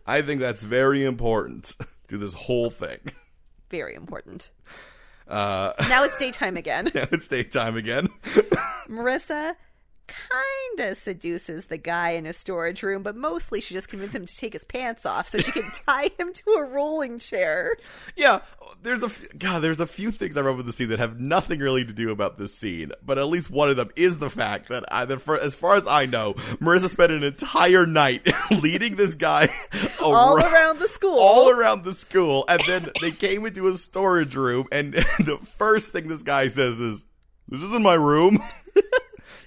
I think that's very important to this whole thing. Very important. Uh, now it's daytime again. Now it's daytime again. Marissa kinda seduces the guy in a storage room, but mostly she just convinces him to take his pants off so she can tie him to a rolling chair. yeah, there's a f- god. There's a few things I remember the scene that have nothing really to do about this scene, but at least one of them is the fact that, I, that for, as far as I know, Marissa spent an entire night leading this guy All around- around the school. all around the school, and then they came into a storage room, and, the first thing this guy says is, "This isn't my room."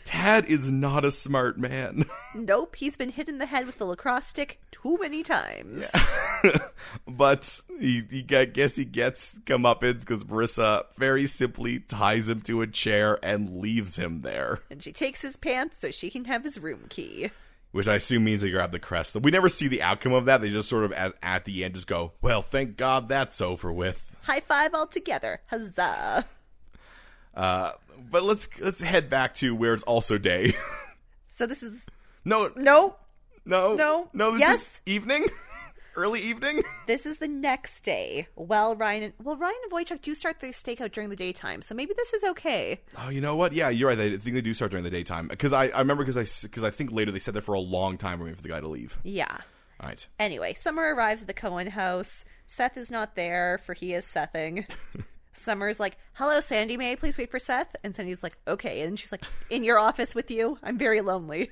Tad is not a smart man, nope, he's been hit in the head with the lacrosse stick too many times. but he, he I guess he gets comeuppance because Marissa very simply ties him to a chair and leaves him there, And she takes his pants so she can have his room key. which I assume means they grab the crest. We never see the outcome of that. They just sort of at, at the end just go, "Well, thank God that's over with." High five all together. Huzzah. Uh, but let's let's head back to where it's also day. So this is no, no. No. No. No. This Yes. Is evening. Early evening. This is the next day. Well, Ryan and well, Ryan and Wojciech do start their stakeout during the daytime, so maybe this is okay. Oh, you know what? Yeah, you're right. I think they do start during the daytime because I, I remember because I because I think later they said that for a long time waiting for the guy to leave. Yeah. All right. Anyway, Summer arrives at the Cohen house. Seth is not there, for he is Sething. Summer's like, Hello, Sandy, may I please wait for Seth? And Sandy's like, Okay. And she's like, In your office with you? I'm very lonely.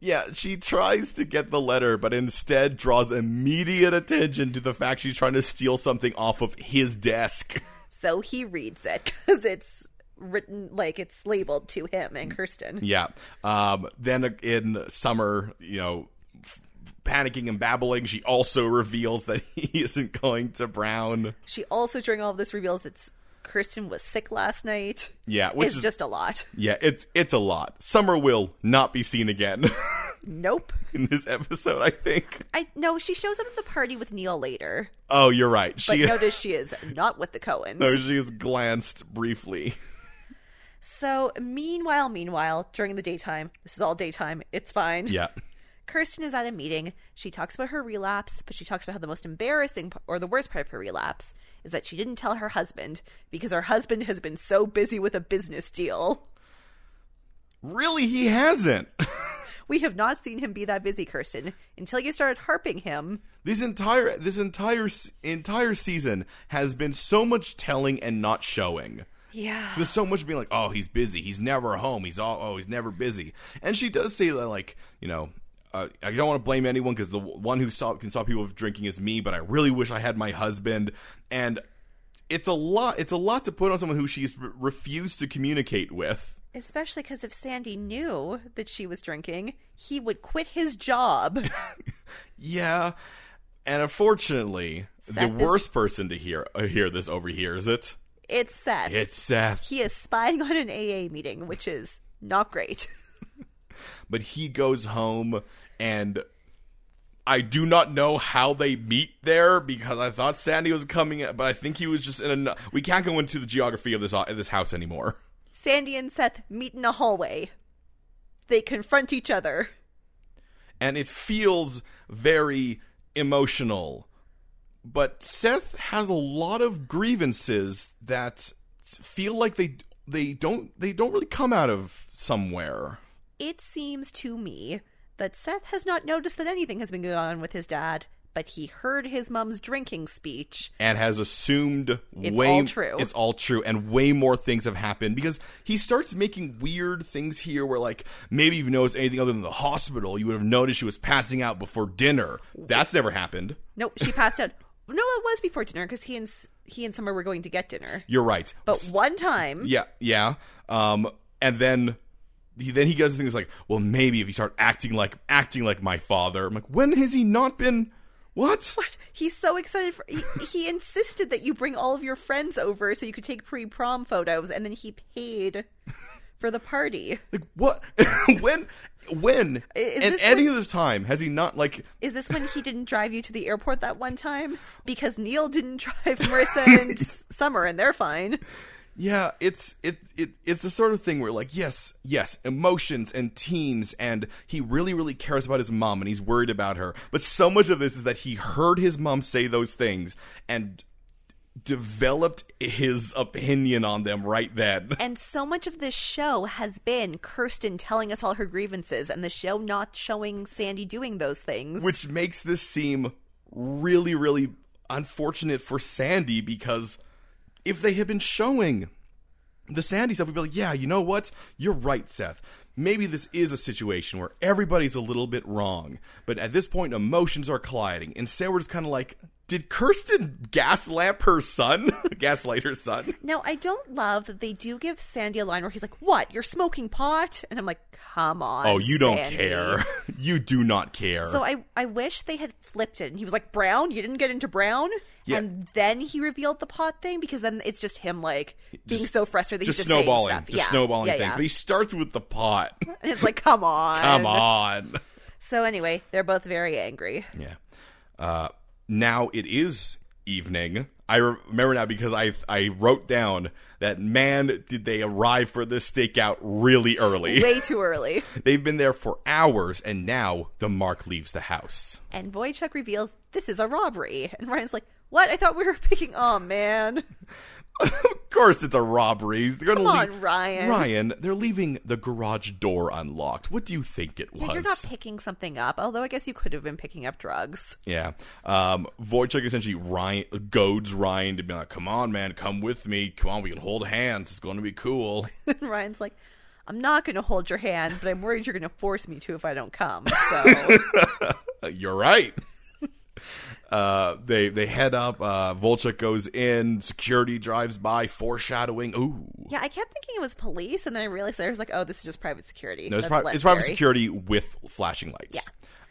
Yeah, she tries to get the letter, but instead draws immediate attention to the fact she's trying to steal something off of his desk. So he reads it because it's written like it's labeled to him and Kirsten. Yeah. Um, then in summer, you know, f- panicking and babbling, she also reveals that he isn't going to Brown. She also, during all of this, reveals that S- Kirsten was sick last night. Yeah, which It's is just a lot. Yeah, it's it's a lot. Summer will not be seen again Nope. in this episode, I think. I no, she shows up at the party with Neil later, Oh, you're right. but She notice she is not with the Cohens. no, she has glanced briefly. So, meanwhile, meanwhile, during the daytime, this is all daytime, it's fine. Yeah. Kirsten is at a meeting. She talks about her relapse, but she talks about how the most embarrassing p- or the worst part of her relapse is that she didn't tell her husband because her husband has been so busy with a business deal. Really, he hasn't. We have not seen him be that busy, Kirsten, until you started harping him. This entire this entire s- entire season has been so much telling and not showing. Yeah. There's so much being like, oh, he's busy. He's never home. He's all, oh, he's never busy. And she does say that, like, you know, uh, I don't want to blame anyone because the w- one who saw, can stop people from drinking is me. But I really wish I had my husband. And it's a lot. It's a lot to put on someone who she's re- refused to communicate with. Especially because if Sandy knew that she was drinking, he would quit his job. Yeah. And unfortunately, Seth the is- worst person to hear uh, hear this overhears it. it's Seth. It's Seth. he is spying on an AA meeting, which is not great. but he goes home and I do not know how they meet there because I thought Sandy was coming, but I think he was just in a. We can't go into the geography of this of this house anymore. Sandy and Seth meet in a hallway. They confront each other. and it feels very emotional. But Seth has a lot of grievances that feel like they they don't they don't really come out of somewhere. It seems to me that Seth has not noticed that anything has been going on with his dad but he heard his mom's drinking speech. and has assumed It's way all true. It's all true, and way more things have happened because he starts making weird things here, where like maybe if you noticed anything other than the hospital, you would have noticed she was passing out before dinner. That's never happened. No, she passed out. No, it was before dinner because he and S- he and Summer were going to get dinner. You're right. But one time, Yeah, yeah. Um, and then he then he does things like, well, maybe if you start acting like acting like my father. I'm like, when has he not been? What? he's so excited. For, he, he insisted that you bring all of your friends over so you could take pre-prom photos, and then he paid for the party. Like what? when? When? Is At this any of this time has he not like? Is this when he didn't drive you to the airport that one time because Neil didn't drive Marissa and S- Summer, and they're fine? Yeah, it's it it it's the sort of thing where like yes, yes, emotions and teens and he really really cares about his mom and he's worried about her. But so much of this is that he heard his mom say those things and developed his opinion on them right then. And so much of this show has been Kirsten telling us all her grievances, and the show not showing Sandy doing those things. which makes this seem really really unfortunate for sandy because if they had been showing the sandy stuff we'd be like yeah you know what you're right seth maybe this is a situation where everybody's a little bit wrong but at this point emotions are colliding and sarah was kind of like did kirsten gaslamp her son gaslight her son Now, I don't love that they do give Sandy a line where he's like, What? You're smoking pot? And I'm like, Come on. oh you don't Sandy." care you do not care So I, I wish they had flipped it. And he was like, Brown? You didn't get into brown? Yeah. And then he revealed the pot thing because then it's just him like being so frustrated that just, he's just saying snowballing stuff. just yeah. snowballing yeah, things yeah. but he starts with the pot And it's like, Come on. come on So anyway, they're both very angry. Yeah. Uh, now it is evening. I re- remember now because I I wrote down that man did they arrive for this stakeout really early. Way too early. They've been there for hours and now the mark leaves the house. And Voychuk reveals this is a robbery. And Ryan's like, What? I thought we were picking Oh man. Of course it's a robbery. They're gonna Come on, leave- Ryan. Ryan, they're leaving the garage door unlocked. What do you think it was? Yeah, you're not picking something up, although I guess you could have been picking up drugs. Yeah. Um, Wojciech essentially Ryan, goads Ryan to be like, come on, man, come with me. Come on, we can hold hands. It's going to be cool. And Ryan's like, I'm not going to hold your hand, but I'm worried you're going to force me to if I don't come. So Uh, You're right. Uh, they they head up. Uh, Volchuk goes in. Security drives by, foreshadowing. Ooh, yeah, I kept thinking it was police, and then I realized I was like, oh, this is just private security. no, it's, That's pri- less it's private scary. security with flashing lights.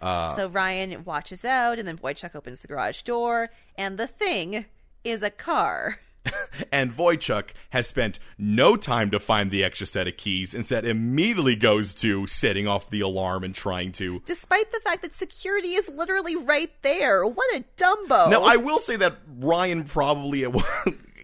Yeah. Uh, So Ryan watches out, and then Wojciech opens the garage door, and the thing is a car. and Voychuk has spent no time to find the extra set of keys. Instead, immediately goes to setting off the alarm and trying to. Despite the fact that security is literally right there. What a dumbo. Now, I will say that Ryan probably at one.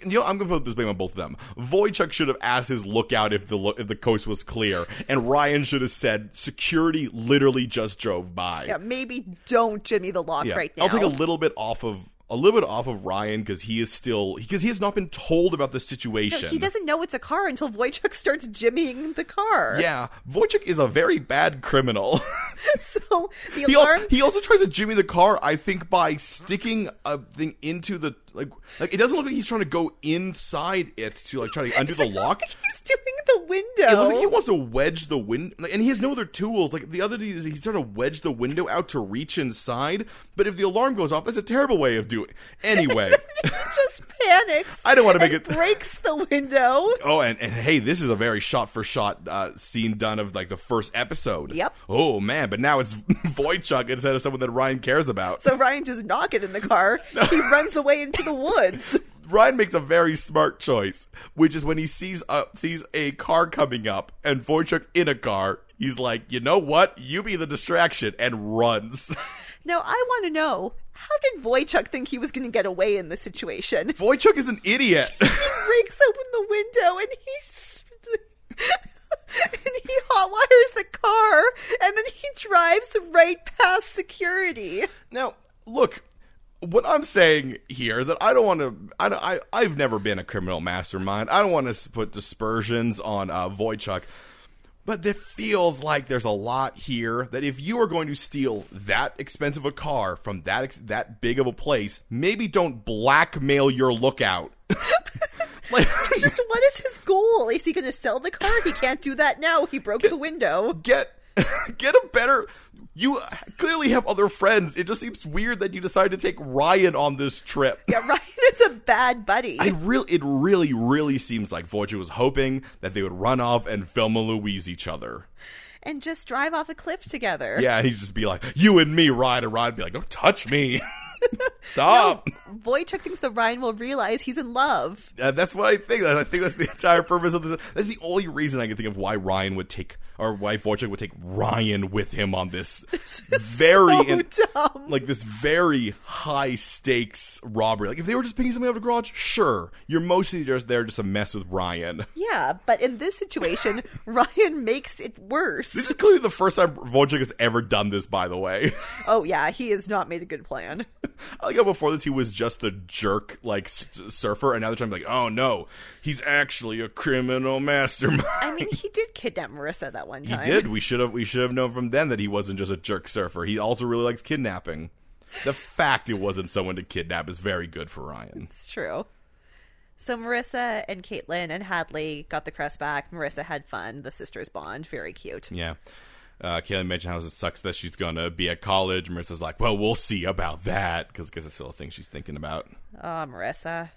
You know, I'm going to put this blame on both of them. Voychuk should have asked his lookout if the lo- if the coast was clear, and Ryan should have said security literally just drove by. yeah, maybe don't Jimmy the lock Yeah. right now. I'll take a little bit off of a little bit off of Ryan because he is still because he has not been told about the No, situation. he doesn't know it's a car until Wojciech starts jimmying the car. Yeah, Wojcik is a very bad criminal. So the he alarm also he also tries to jimmy the car. I think by sticking a thing into the like like it doesn't look like he's trying to go inside it to like try to undo the lock. He's doing the It looks like he window. wants to wedge the window, like, and he has no other tools. Like the other thing is, he's trying to wedge the window out to reach inside. But if the alarm goes off, that's a terrible way of doing. Anyway, He just panics. I don't wanna make and it- breaks the window. Oh, and, and hey, this is a very shot for shot uh, scene done of like the first episode. Yep. Oh man, but now it's Voidchuk instead of someone that Ryan cares about. So Ryan does not get in the car. He runs away into the woods. Ryan makes a very smart choice, which is when he sees a sees a car coming up and Voidchuk in a car. He's like, you know what? You be the distraction, and runs. Now I want to know how did Voychuk think he was going to get away in this situation? Voidchuk is an idiot. He breaks open the window and he's. And he hot wires the car, and then he drives right past security. Now, look, what I'm saying here that I don't want to. I, don't- I I've never been a criminal mastermind. I don't want to put dispersions on uh, Voychuk. But it feels like there's a lot here that if you are going to steal that expensive a car from that ex- that big of a place, maybe don't blackmail your lookout. like, It's just what is his goal? Is he going to sell the car? He can't do that now. He broke the window. get get a better. You clearly have other friends. It just seems weird that you decided to take Ryan on this trip. Yeah, Ryan is a bad buddy. I really, it really, really seems like Voyager was hoping that they would run off and Velma Louise each other. and just drive off a cliff together. Yeah, and he'd just be like, "You and me, ride a ride." Be like, "Don't touch me, stop." Boychuk thinks that Ryan will realize he's in love. Uh, that's what I think. I think that's the entire purpose of this. That's the only reason I can think of why Ryan would take, or why Voyager would take Ryan with him on this very so in- dumb. like this very high stakes robbery. Like if they were just picking something out of a garage, sure, you're mostly just there just to mess with Ryan. Yeah, but in this situation, Ryan makes it worse. This is clearly the first time Wojcik has ever done this, by the way. Oh yeah, he has not made a good plan. I like how before this he was just the jerk, like, s- surfer, and now they're trying to be like, oh no, he's actually a criminal mastermind. I mean, he did kidnap Marissa that one He time. did. We should have. We should have known from then that he wasn't just a jerk surfer. He also really likes kidnapping. The fact it wasn't someone to kidnap is very good for Ryan. It's true. So Marissa and Caitlin and Hadley got the crest back. Marissa had fun. The sisters bond. Very cute. Yeah. Uh, Kayla mentioned how it sucks that she's gonna be at college. Marissa's like, "Well, we'll see about that," because it's still a thing she's thinking about. Oh, Marissa.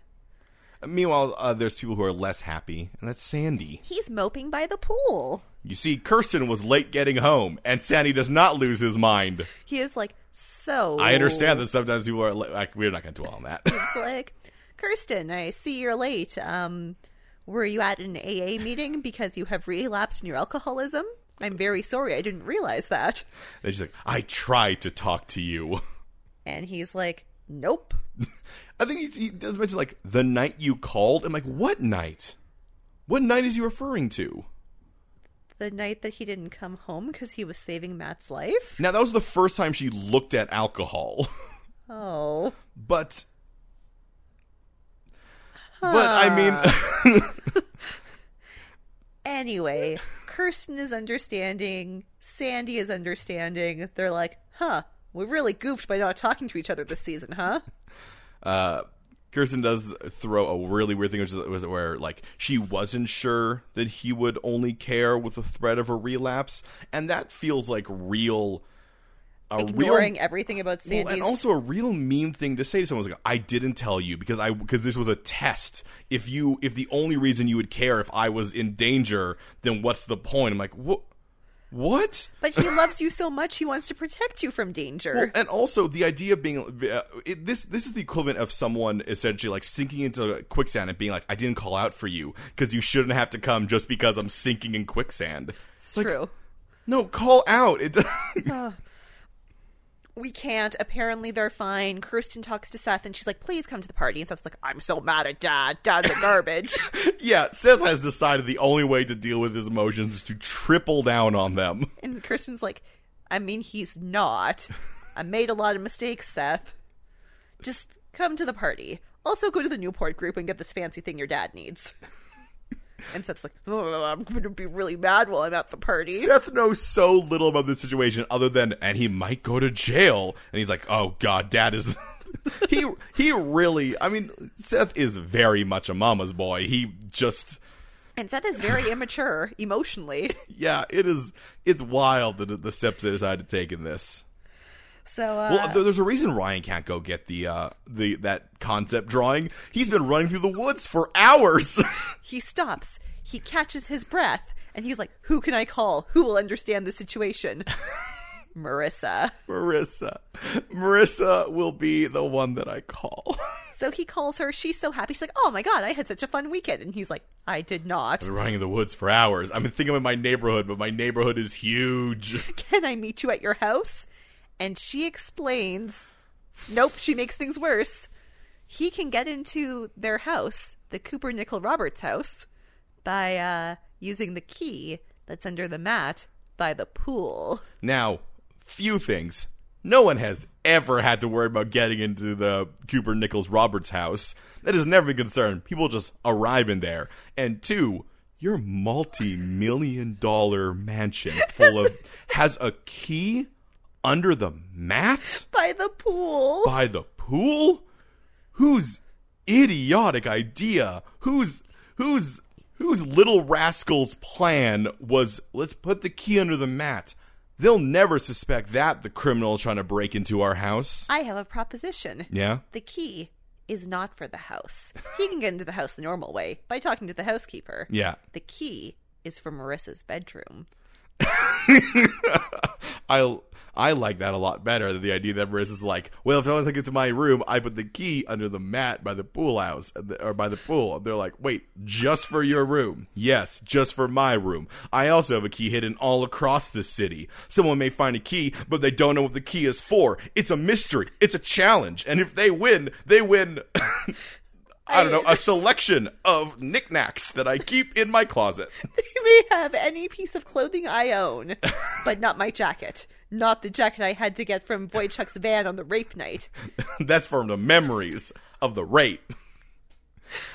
Meanwhile, uh, there's people who are less happy, and that's Sandy. He's moping by the pool. You see, Kirsten was late getting home, and Sandy does not lose his mind. He is like so. I understand that sometimes people are li- like, we're not going to dwell on that. Like, Kirsten, I see you're late. Um, were you at an AA meeting because you have relapsed in your alcoholism? I'm very sorry. I didn't realize that. then she's like, I tried to talk to you. And he's like, nope. I think he's, he does mention like the night you called. I'm like, what night? What night is he referring to? The night that he didn't come home because he was saving Matt's life. Now that was the first time she looked at alcohol, Oh. but but I mean, Anyway, Kirsten is understanding. Sandy is understanding. They're like, huh, we really goofed by not talking to each other this season, huh? uh, Kirsten does throw a really weird thing, which is, was where like she wasn't sure that he would only care with the threat of a relapse, and that feels like real. A Ignoring real, everything about Uh, Well, Sandy's. and also a real mean thing to say to someone is like, "I didn't tell you because I because this was a test. If you if the only reason you would care if I was in danger, then what's the point?" I'm like, "What? What?" but he loves you so much, he wants to protect you from danger. Well, and also the idea of being uh, it, this this is the equivalent of someone essentially like sinking into quicksand and being like, "I didn't call out for you because you shouldn't have to come just because I'm sinking in quicksand." it's true. No, call out. It. we can't. Apparently, they're fine. Kirsten talks to Seth and she's like, please come to the party. And Seth's like, I'm so mad at dad. Dad's a garbage. yeah, Seth has decided the only way to deal with his emotions is to triple down on them. and Kirsten's like, I mean, he's not. I made a lot of mistakes, Seth. Just come to the party. Also, go to the Newport group and get this fancy thing your dad needs. And Seth's like, "Oh, I'm going to be really mad while I'm at the party. Seth knows so little about this situation other than and he might go to jail and he's like, "Oh god, dad is he he really I mean, Seth is very much a mama's boy. He just And Seth is very immature emotionally. yeah, it is it's wild the the steps they decided to take in this. So, uh, Well, there- there's a reason Ryan can't go get the uh the that concept drawing. He's been running through the woods for hours. he stops, he catches his breath, and he's like, Who can I call? Who will understand the situation? Marissa. Marissa. Marissa will be the one that I call. So he calls her. She's so happy. She's like, Oh my God, I had such a fun weekend. And he's like, I did not. been running in the woods for hours. I've been thinking of my neighborhood, but my neighborhood is huge. Can I meet you at your house? And she explains, Nope, she makes things worse. He can get into their house, the Cooper Nickel Roberts house, by uh, using the key that's under the mat by the pool. Now, few things. No one has ever had to worry about getting into the Cooper Nichols Roberts house. That has never been a concern. People just arrive in there. And two, your multi-million dollar mansion full of has a key under the mat by the pool. by the pool? Whose idiotic idea? Whose whose whose little rascal's plan was let's put the key under the mat. They'll never suspect that the criminal is trying to break into our house. I have a proposition. Yeah. The key is not for the house. He can get into the house the normal way by talking to the housekeeper. Yeah. The key is for Marissa's bedroom. I I like that a lot better than the idea that Marissa's is like, well, if someone gets to my room, I put the key under the mat by the pool house and the- or by the pool. And they're like, wait, just for your room? Yes, just for my room. I also have a key hidden all across the city. Someone may find a key, but they don't know what the key is for. It's a mystery. It's a challenge, and if they win, they win. I don't know, a selection of knickknacks that I keep in my closet. They may have any piece of clothing I own, but not my jacket. Not the jacket I had to get from Voychuk's van on the rape night. That's from the memories of the rape.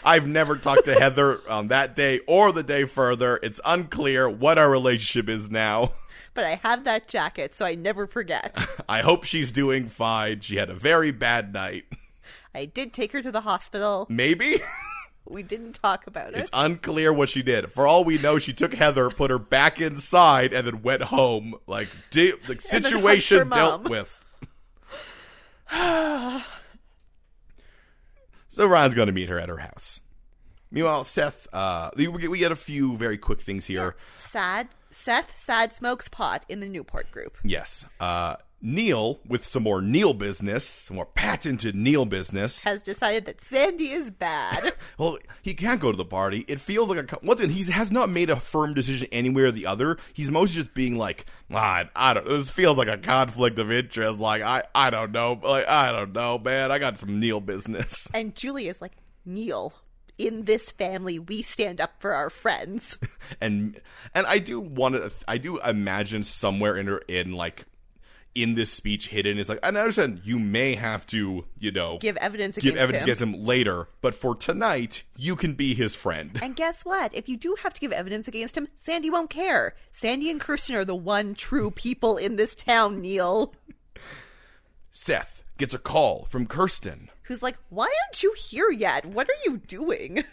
I've never talked to Heather on that day or the day further. It's unclear what our relationship is now. But I have that jacket, so I never forget. I hope she's doing fine. She had a very bad night. I did take her to the hospital. Maybe? We didn't talk about it. It's unclear what she did. For all we know, she took Heather, put her back inside, and then went home. Like, de- like then hugged her situation mom. dealt with. so Ron's going to meet her at her house. Meanwhile, Seth, uh, we we get, we get a few very quick things here. Sad Seth Sad smokes pot in the Newport group. Yes. Uh, Neil, with some more Neil business, some more patented Neil business. Has decided that Sandy is bad. Well, he can't go to the party. It feels like a co- once again he has not made a firm decision anywhere or the other. He's mostly just being like, I, I don't. This feels like a conflict of interest. Like I, I don't know. Like I don't know, man. I got some Neil business. and Julia's like, Neil, in this family we stand up for our friends. and and I do want to I do imagine somewhere in her in like in this speech hidden is like I understand you may have to you know Give evidence give against evidence him. against him later, but for tonight you can be his friend. And guess what? If you do have to give evidence against him, Sandy won't care. Sandy and Kirsten are the one true people in this town, Neil. Seth gets a call from Kirsten. Who's like, why aren't you here yet? What are you doing?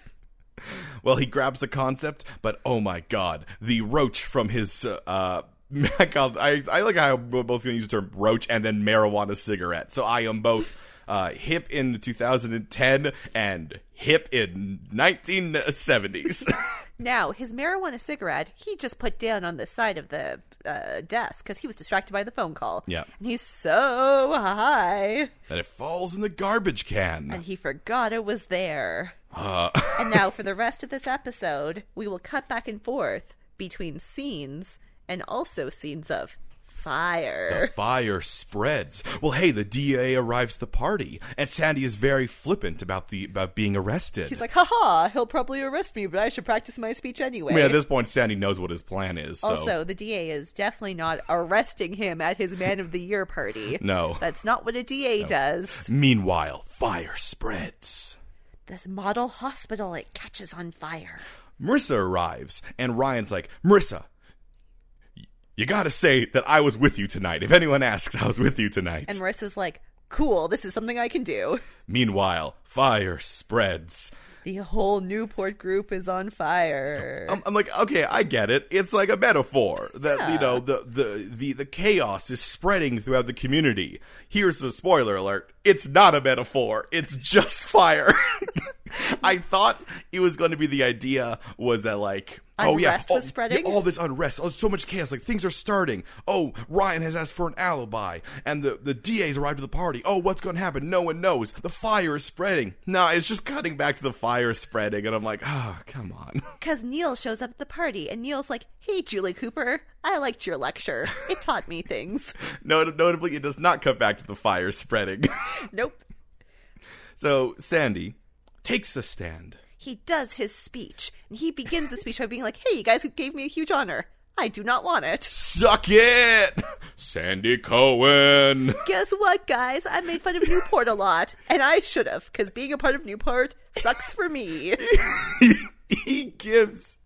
Well, he grabs the concept, but oh my god, the roach from his uh, uh God, I I like how we're both going to use the term roach and then marijuana cigarette. So I am both uh hip in 2010 and hip in 1970s. Now, his marijuana cigarette, he just put down on the side of the uh, desk because he was distracted by the phone call. Yeah. And he's so high. and it falls in the garbage And can. he forgot it was there. Uh, And now, for the rest of this episode, we will cut back and forth between scenes and also scenes of The fire. fire spreads. Well, hey, the DA arrives at the party, and Sandy is very flippant about the about being arrested. He's like, haha, he'll probably arrest me, but I should practice my speech anyway. I mean, at this point, Sandy knows what his plan is. So. Also, the DA is definitely not arresting him at his Man of the Year party. No. That's not what a DA does. Meanwhile, fire spreads. This model hospital, it catches on fire. Marissa arrives, and Ryan's like, Marissa, y- you gotta say that I was with you tonight. If anyone asks, I was with you tonight. And Marissa's like, cool, this is something I can do. Meanwhile, fire spreads. The whole Newport group is on fire. I'm, I'm like, okay, I get it. It's like a metaphor that you know the, the the the chaos is spreading throughout the community. Here's the spoiler alert: it's not a metaphor. It's just fire. I thought it was going to be the idea was that like. oh yeah, Unrest was oh, spreading? yeah, all this unrest, oh, so much chaos. Like things are starting. Oh, Ryan has asked for an alibi, and the the DA's arrived at the party. Oh, what's going to happen? No one knows. The fire is spreading. Nah, it's just cutting back to the fire spreading, and I'm like, oh, come on. Because Neil shows up at the party, and Neil's like, Hey, Julie Cooper, I liked your lecture. It taught me things. Not- notably, it does not come back to the fire spreading. nope. so Sandy takes the stand. He does his speech, and he begins the speech by being like, Hey, you guys gave me a huge honor. I do not want it. Suck it, Sandy Cohen. Guess what, guys? I made fun of Newport a lot, and I should have, because being a part of Newport sucks for me. he gives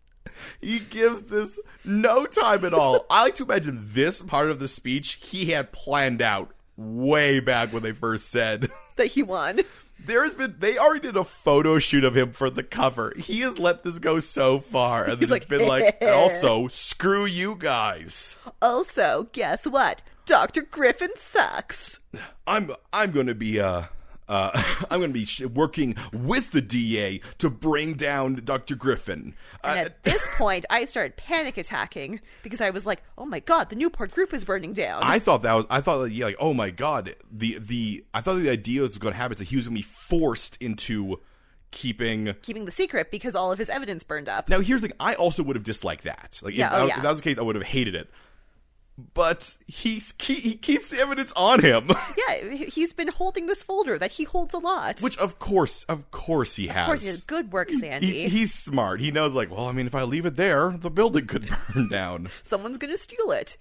He gives this no time at all. I like to imagine this part of the speech he had planned out way back when they first said. that he won. There has been they already did a photo shoot of him for the cover. He has let this go so far, and then He's it's like, been like, also screw you guys. Also, guess what? Dr. Griffin sucks. I'm I'm going to be uh, uh I'm going to be sh- working with the DA to bring down Dr. Griffin. And Uh, at this point, I started panic attacking because I was like, oh my god, the Newport group is burning down. I thought that was I thought that yeah, like oh my god the the I thought the idea was going to happen is that he was going to be forced into keeping. keeping the secret because all of his evidence burned up. Now here's the thing: I also would have disliked that. Like Yeah, if, oh, that, yeah. if that was the case, I would have hated it. But he's he, he keeps the evidence on him, Yeah, he- he's been holding this folder that he holds a lot. which of course, of course, he has. of course, he did good work, Sandy. He's, he's smart. He knows, like, well, I mean, if I leave it there, the building could burn down. Someone's going to steal it.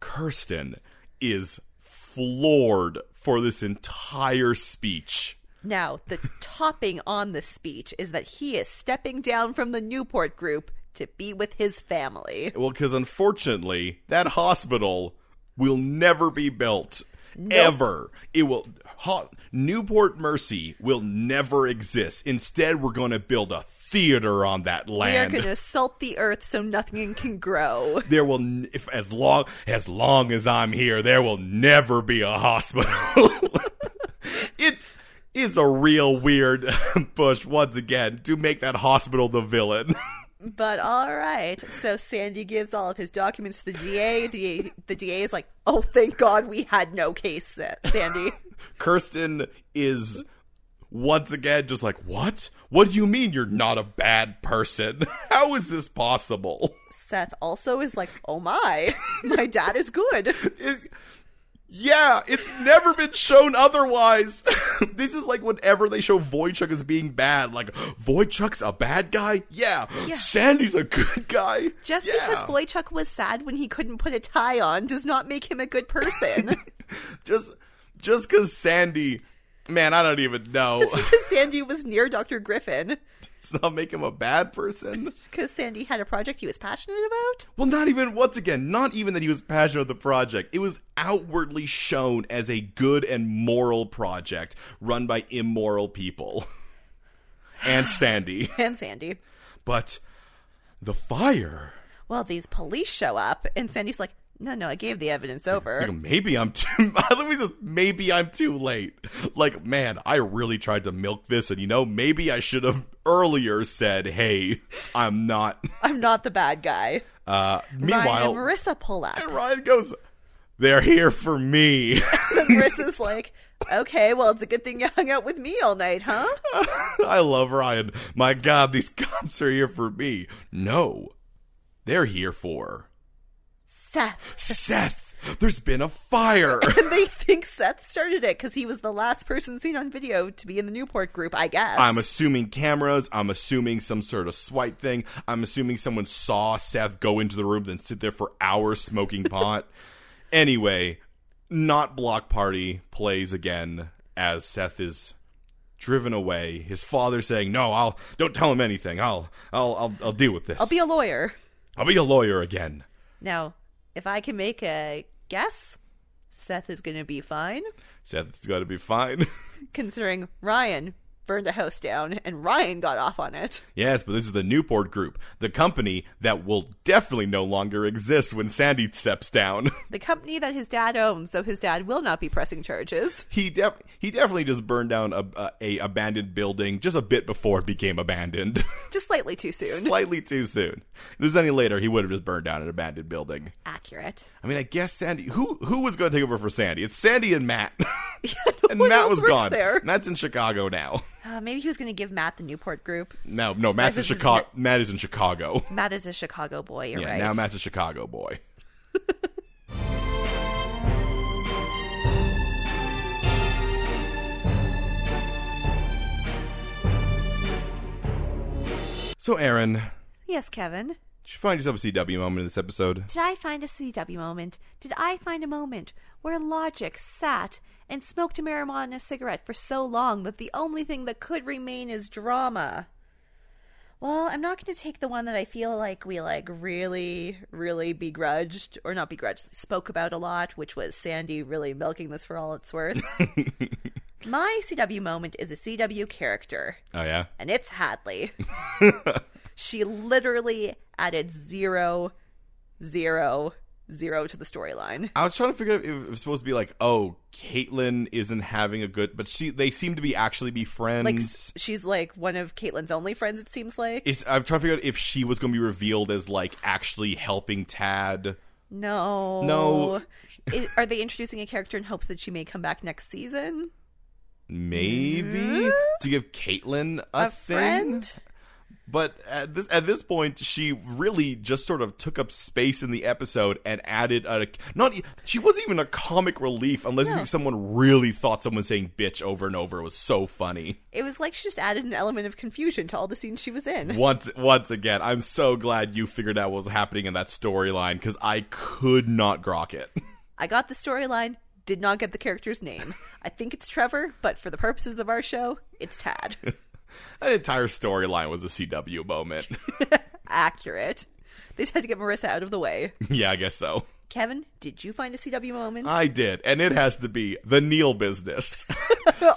Kirsten is floored for this entire speech. Now, the topping on the speech is that he is stepping down from the Newport group to be with his family. Well, because unfortunately, that hospital will never be built. Ever. It will. ho- Newport Mercy will never exist. Instead, we're going to build a theater on that We are land. going to salt the earth so nothing can grow. there will n- if as long as long as I'm here, there will never be a hospital. it's it's a real weird push once again to make that hospital the villain. But all right. So Sandy gives all of his documents to the DA. The, the DA is like, oh, thank God we had no case, Sa- Sandy. Kirsten is once again just like, "What? What do you mean you're not a bad person? How is this possible?" Seth also is like, oh my, my dad is good. It- yeah, it's never been shown otherwise. this is like whenever they show Voychuk as being bad, like Voychuk's a bad guy. Yeah, Sandy's a good guy. Just yeah. because Boychuk was sad when he couldn't put a tie on does not make him a good person. just just because Sandy, man, I don't even know. Just because Sandy was near Dr. Griffin, Does not make him a bad person. because Sandy had a project he was passionate about. Well, not even once again, not even that he was passionate about the project. It was outwardly shown as a good and moral project run by immoral people. And Sandy. And Sandy. But the fire. Well, these police show up, and Sandy's like, no, no, I gave the evidence It's over. Like, maybe I'm too. Let me just. Maybe I'm too late. Like, man, I really tried to milk this, and you know, maybe I should have earlier said, "Hey, I'm not." I'm not the bad guy. Uh, Ryan and meanwhile, Marissa pull up. and Ryan goes, "They're here for me." And Marissa's like, okay, well, it's a good thing you hung out with me all night, huh? I love Ryan. My God, these cops are here for me. No, they're here for Seth. Seth. There's been a fire. And they think Seth started it because he was the last person seen on video to be in the Newport group, I guess. I'm assuming cameras. I'm assuming some sort of swipe thing. I'm assuming someone saw Seth go into the room, then sit there for hours smoking pot. anyway, not Block Party plays again as Seth is driven away. His father saying, "No, I'll don't tell him anything. I'll I'll I'll, I'll deal with this. I'll be a lawyer. I'll be a lawyer again." Now, if I can make a guess, Seth is going to be fine, Seth's got to be fine. considering Ryan burned a house down and Ryan got off on it. yes, but this is the Newport Group, the company that will definitely no longer exist when Sandy steps down. The company that his dad owns, so his dad will not be pressing charges. he def- he definitely just burned down a, a, a abandoned building just a bit before it became abandoned, Just slightly too soon. slightly too soon. If there's any later, he would have just burned down an abandoned building. Accurate. I mean, I guess Sandy. Who who was going to take over for Sandy? It's Sandy and Matt, and one Matt else was works gone. there. Matt's in Chicago now. Uh, maybe he was going to give Matt the Newport group. No, no, Matt's in Matt is- Chicago. Matt is in Chicago. Matt is a Chicago boy, you're Yeah, right. now Matt's a Chicago boy. so, Aaron, did yes, Kevin. you find yourself a CW moment in this episode? Did I find a CW moment? Did I find a moment where Logic sat and smoked a marijuana cigarette for so long that the only thing that could remain is drama? well, I'm not going to take the one that I feel like we like really, really begrudged or not begrudged, spoke about a lot, which was Sandy really milking this for all it's worth. My CW moment is a CW character, Oh yeah. and it's Hadley. she literally added zero, zero, zero to the storyline. I was trying to figure out if it was supposed to be like, oh, Caitlyn isn't having a good, but she they seem to be actually be friends. Like s- she's like one of Caitlyn's only friends. It seems like is I'm trying to figure out if she was going to be revealed as like actually helping Tad. no, No. I- are they introducing a character in hopes that she may come back next season? Maybe to give Caitlyn a, Mm-hmm. A thing, friend? but at this at this point, she really just sort of took up space in the episode and added a not. e- She wasn't even a comic relief unless No. someone really thought someone saying "bitch" over and over was so funny. It was like she just added an element of confusion to all the scenes she was in. Once, once again, I'm so glad you figured out what was happening in that storyline because I could not grok it. I got the storyline, did not get the character's name. I think it's Trevor, but for the purposes of our show, it's Tad. that entire storyline was a CW moment. Accurate. They just had to get Marissa out of the way. yeah, I guess so. Kevin, did you find a CW moment? I did, and it has to be the Neil business,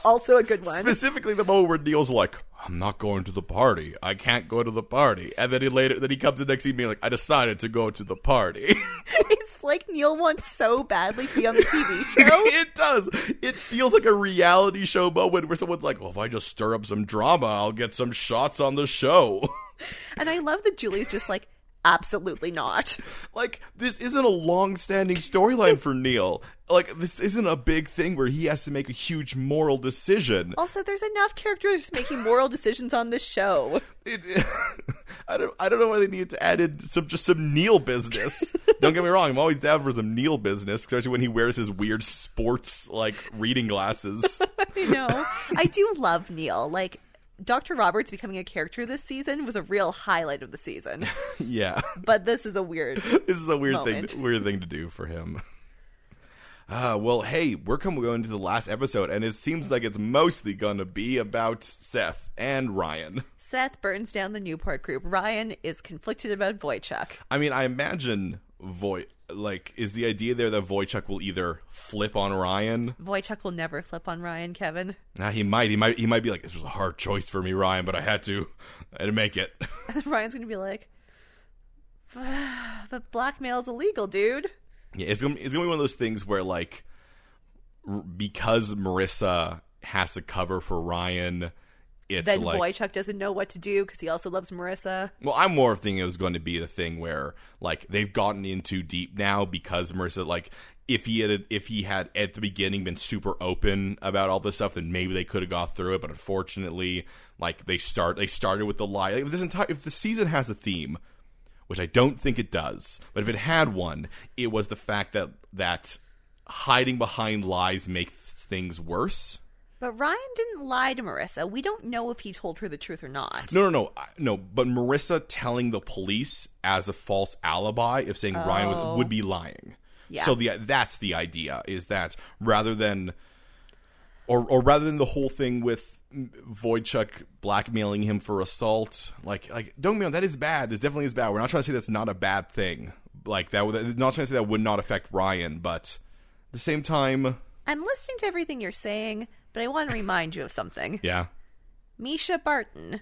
also a good one. specifically the moment where Neil's like, "I'm not going to the party. I can't go to the party," and then he later, then he comes the next evening like, "I decided to go to the party." it's like Neil wants so badly to be on the TV show. it does. It feels like a reality show moment where someone's like, "Well, if I just stir up some drama, I'll get some shots on the show." and I love that Julie's just like, absolutely not. like this isn't a long-standing storyline for Neil. Like this isn't a big thing where he has to make a huge moral decision. Also, there's enough characters making moral decisions on this show. It, I don't I don't know why they needed to add in some just some Neil business. don't get me wrong, I'm always down for some Neil business, especially when he wears his weird sports like reading glasses. You know, I do love Neil. Like, Dr. Roberts becoming a character this season was a real highlight of the season. yeah. But this is a weird. This is a weird Moment. thing weird thing to do for him. Uh, well, hey, we're coming going to the last episode, and it seems like it's mostly going to be about Seth and Ryan. Seth burns down the Newport group. Ryan is conflicted about Boychuk. I mean, I imagine Voy like is the idea there that Voychuk will either flip on Ryan. Boychuk will never flip on Ryan, Kevin. Nah, he might. He might. He might be like, "This was a hard choice for me, Ryan, but I had to. I had to make it." And Ryan's going to be like, but blackmail's illegal, dude. yeah, it's gonna. It's gonna be one of those things where, like, r- because Marissa has to cover for Ryan, it's Then like. Boychuk doesn't know what to do because he also loves Marissa. well, I'm more thinking it was going to be the thing where, like, they've gotten in too deep now because Marissa, like, if he had, if he had at the beginning been super open about all this stuff, then maybe they could have got through it. But unfortunately, like, they start, they started with the lie. Like, if this entire, if the season has a theme, which I don't think it does. But if it had one, it was the fact that that hiding behind lies makes things worse. But Ryan didn't lie to Marissa. We don't know if he told her the truth or not. No, no, no, I- no. But Marissa telling the police as a false alibi of saying Ryan was, would be lying. Yeah. So the that's the idea is that rather than, or or rather than the whole thing with Voidchuk blackmailing him for assault, like like don't get me wrong, that is bad. It definitely is bad. We're not trying to say that's not a bad thing. Like that, would not trying to say that would not affect Ryan, but at the same time, I'm listening to everything you're saying, but I want to remind you of something. yeah, Misha Barton,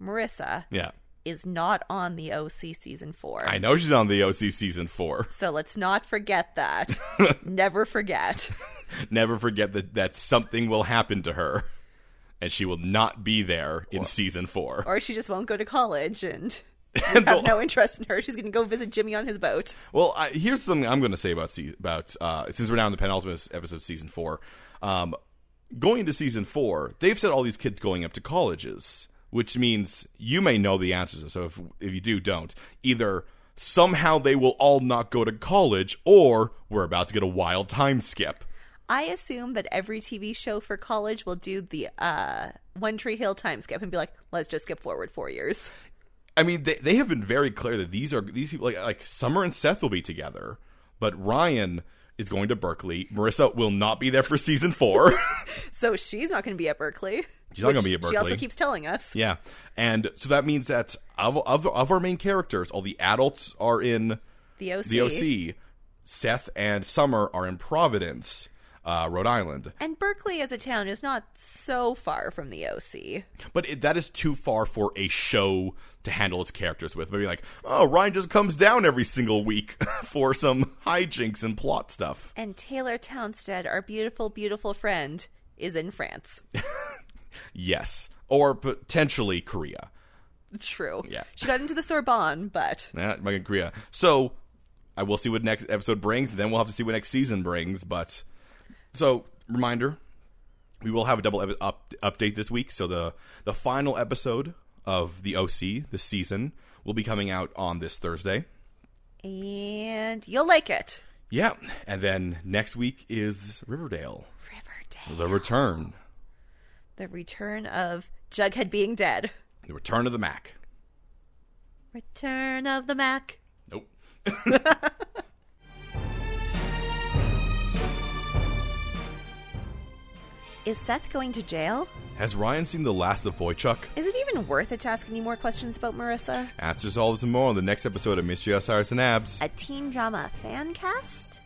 Marissa, yeah. is not on the OC season four. I know she's on the OC season four. So let's not forget that. Never forget. never forget that, that something will happen to her and she will not be there in season four. Or she just won't go to college and we And have the- no interest in her. She's going to go visit Jimmy on his boat. well, I, here's something I'm going to say about se- about uh, since we're now in the penultimate episode of season four. Um, going into season four, they've said all these kids going up to colleges, which means you may know the answers. So if if you do, don't either. Somehow they will all not go to college, or we're about to get a wild time skip. I assume that every TV show for college will do the uh, One Tree Hill time skip and be like, let's just skip forward four years. I mean, they they have been very clear that these are these people like like Summer and Seth will be together, but Ryan is going to Berkeley. Marissa will not be there for season four. So she's not going to be at Berkeley. She's not gonna which be at She also Berkeley. keeps telling us. yeah, and so that means that of of, of our main characters, all the adults are in The OC. the OC. Seth and Summer are in Providence, uh, Rhode Island. And Berkeley as a town is not so far from the OC. But it, that is too far for a show to handle its characters with. Maybe like, oh, Ryan just comes down every single week for some hijinks and plot stuff. And Taylor Townstead, our beautiful, beautiful friend, is in France. Yes, or potentially Korea. True. Yeah. She got into the Sorbonne, but Nah, not in Korea. So I will see what next episode brings. Then we'll have to see what next season brings. But so reminder, we will have a double epi- up, update this week. So the the final episode of the OC this season will be coming out on this Thursday. and you'll like it. Yeah, and then next week is Riverdale, Riverdale. the return, The return of Jughead being dead. the return of the Mac. Return of the Mac. Nope. Is Seth going to jail? Has Ryan seen the last of Voychuk? Is it even worth it to ask any more questions about Marissa? Answers all this and more on the next episode of Mystery Osiris and Abs. A teen drama fan cast?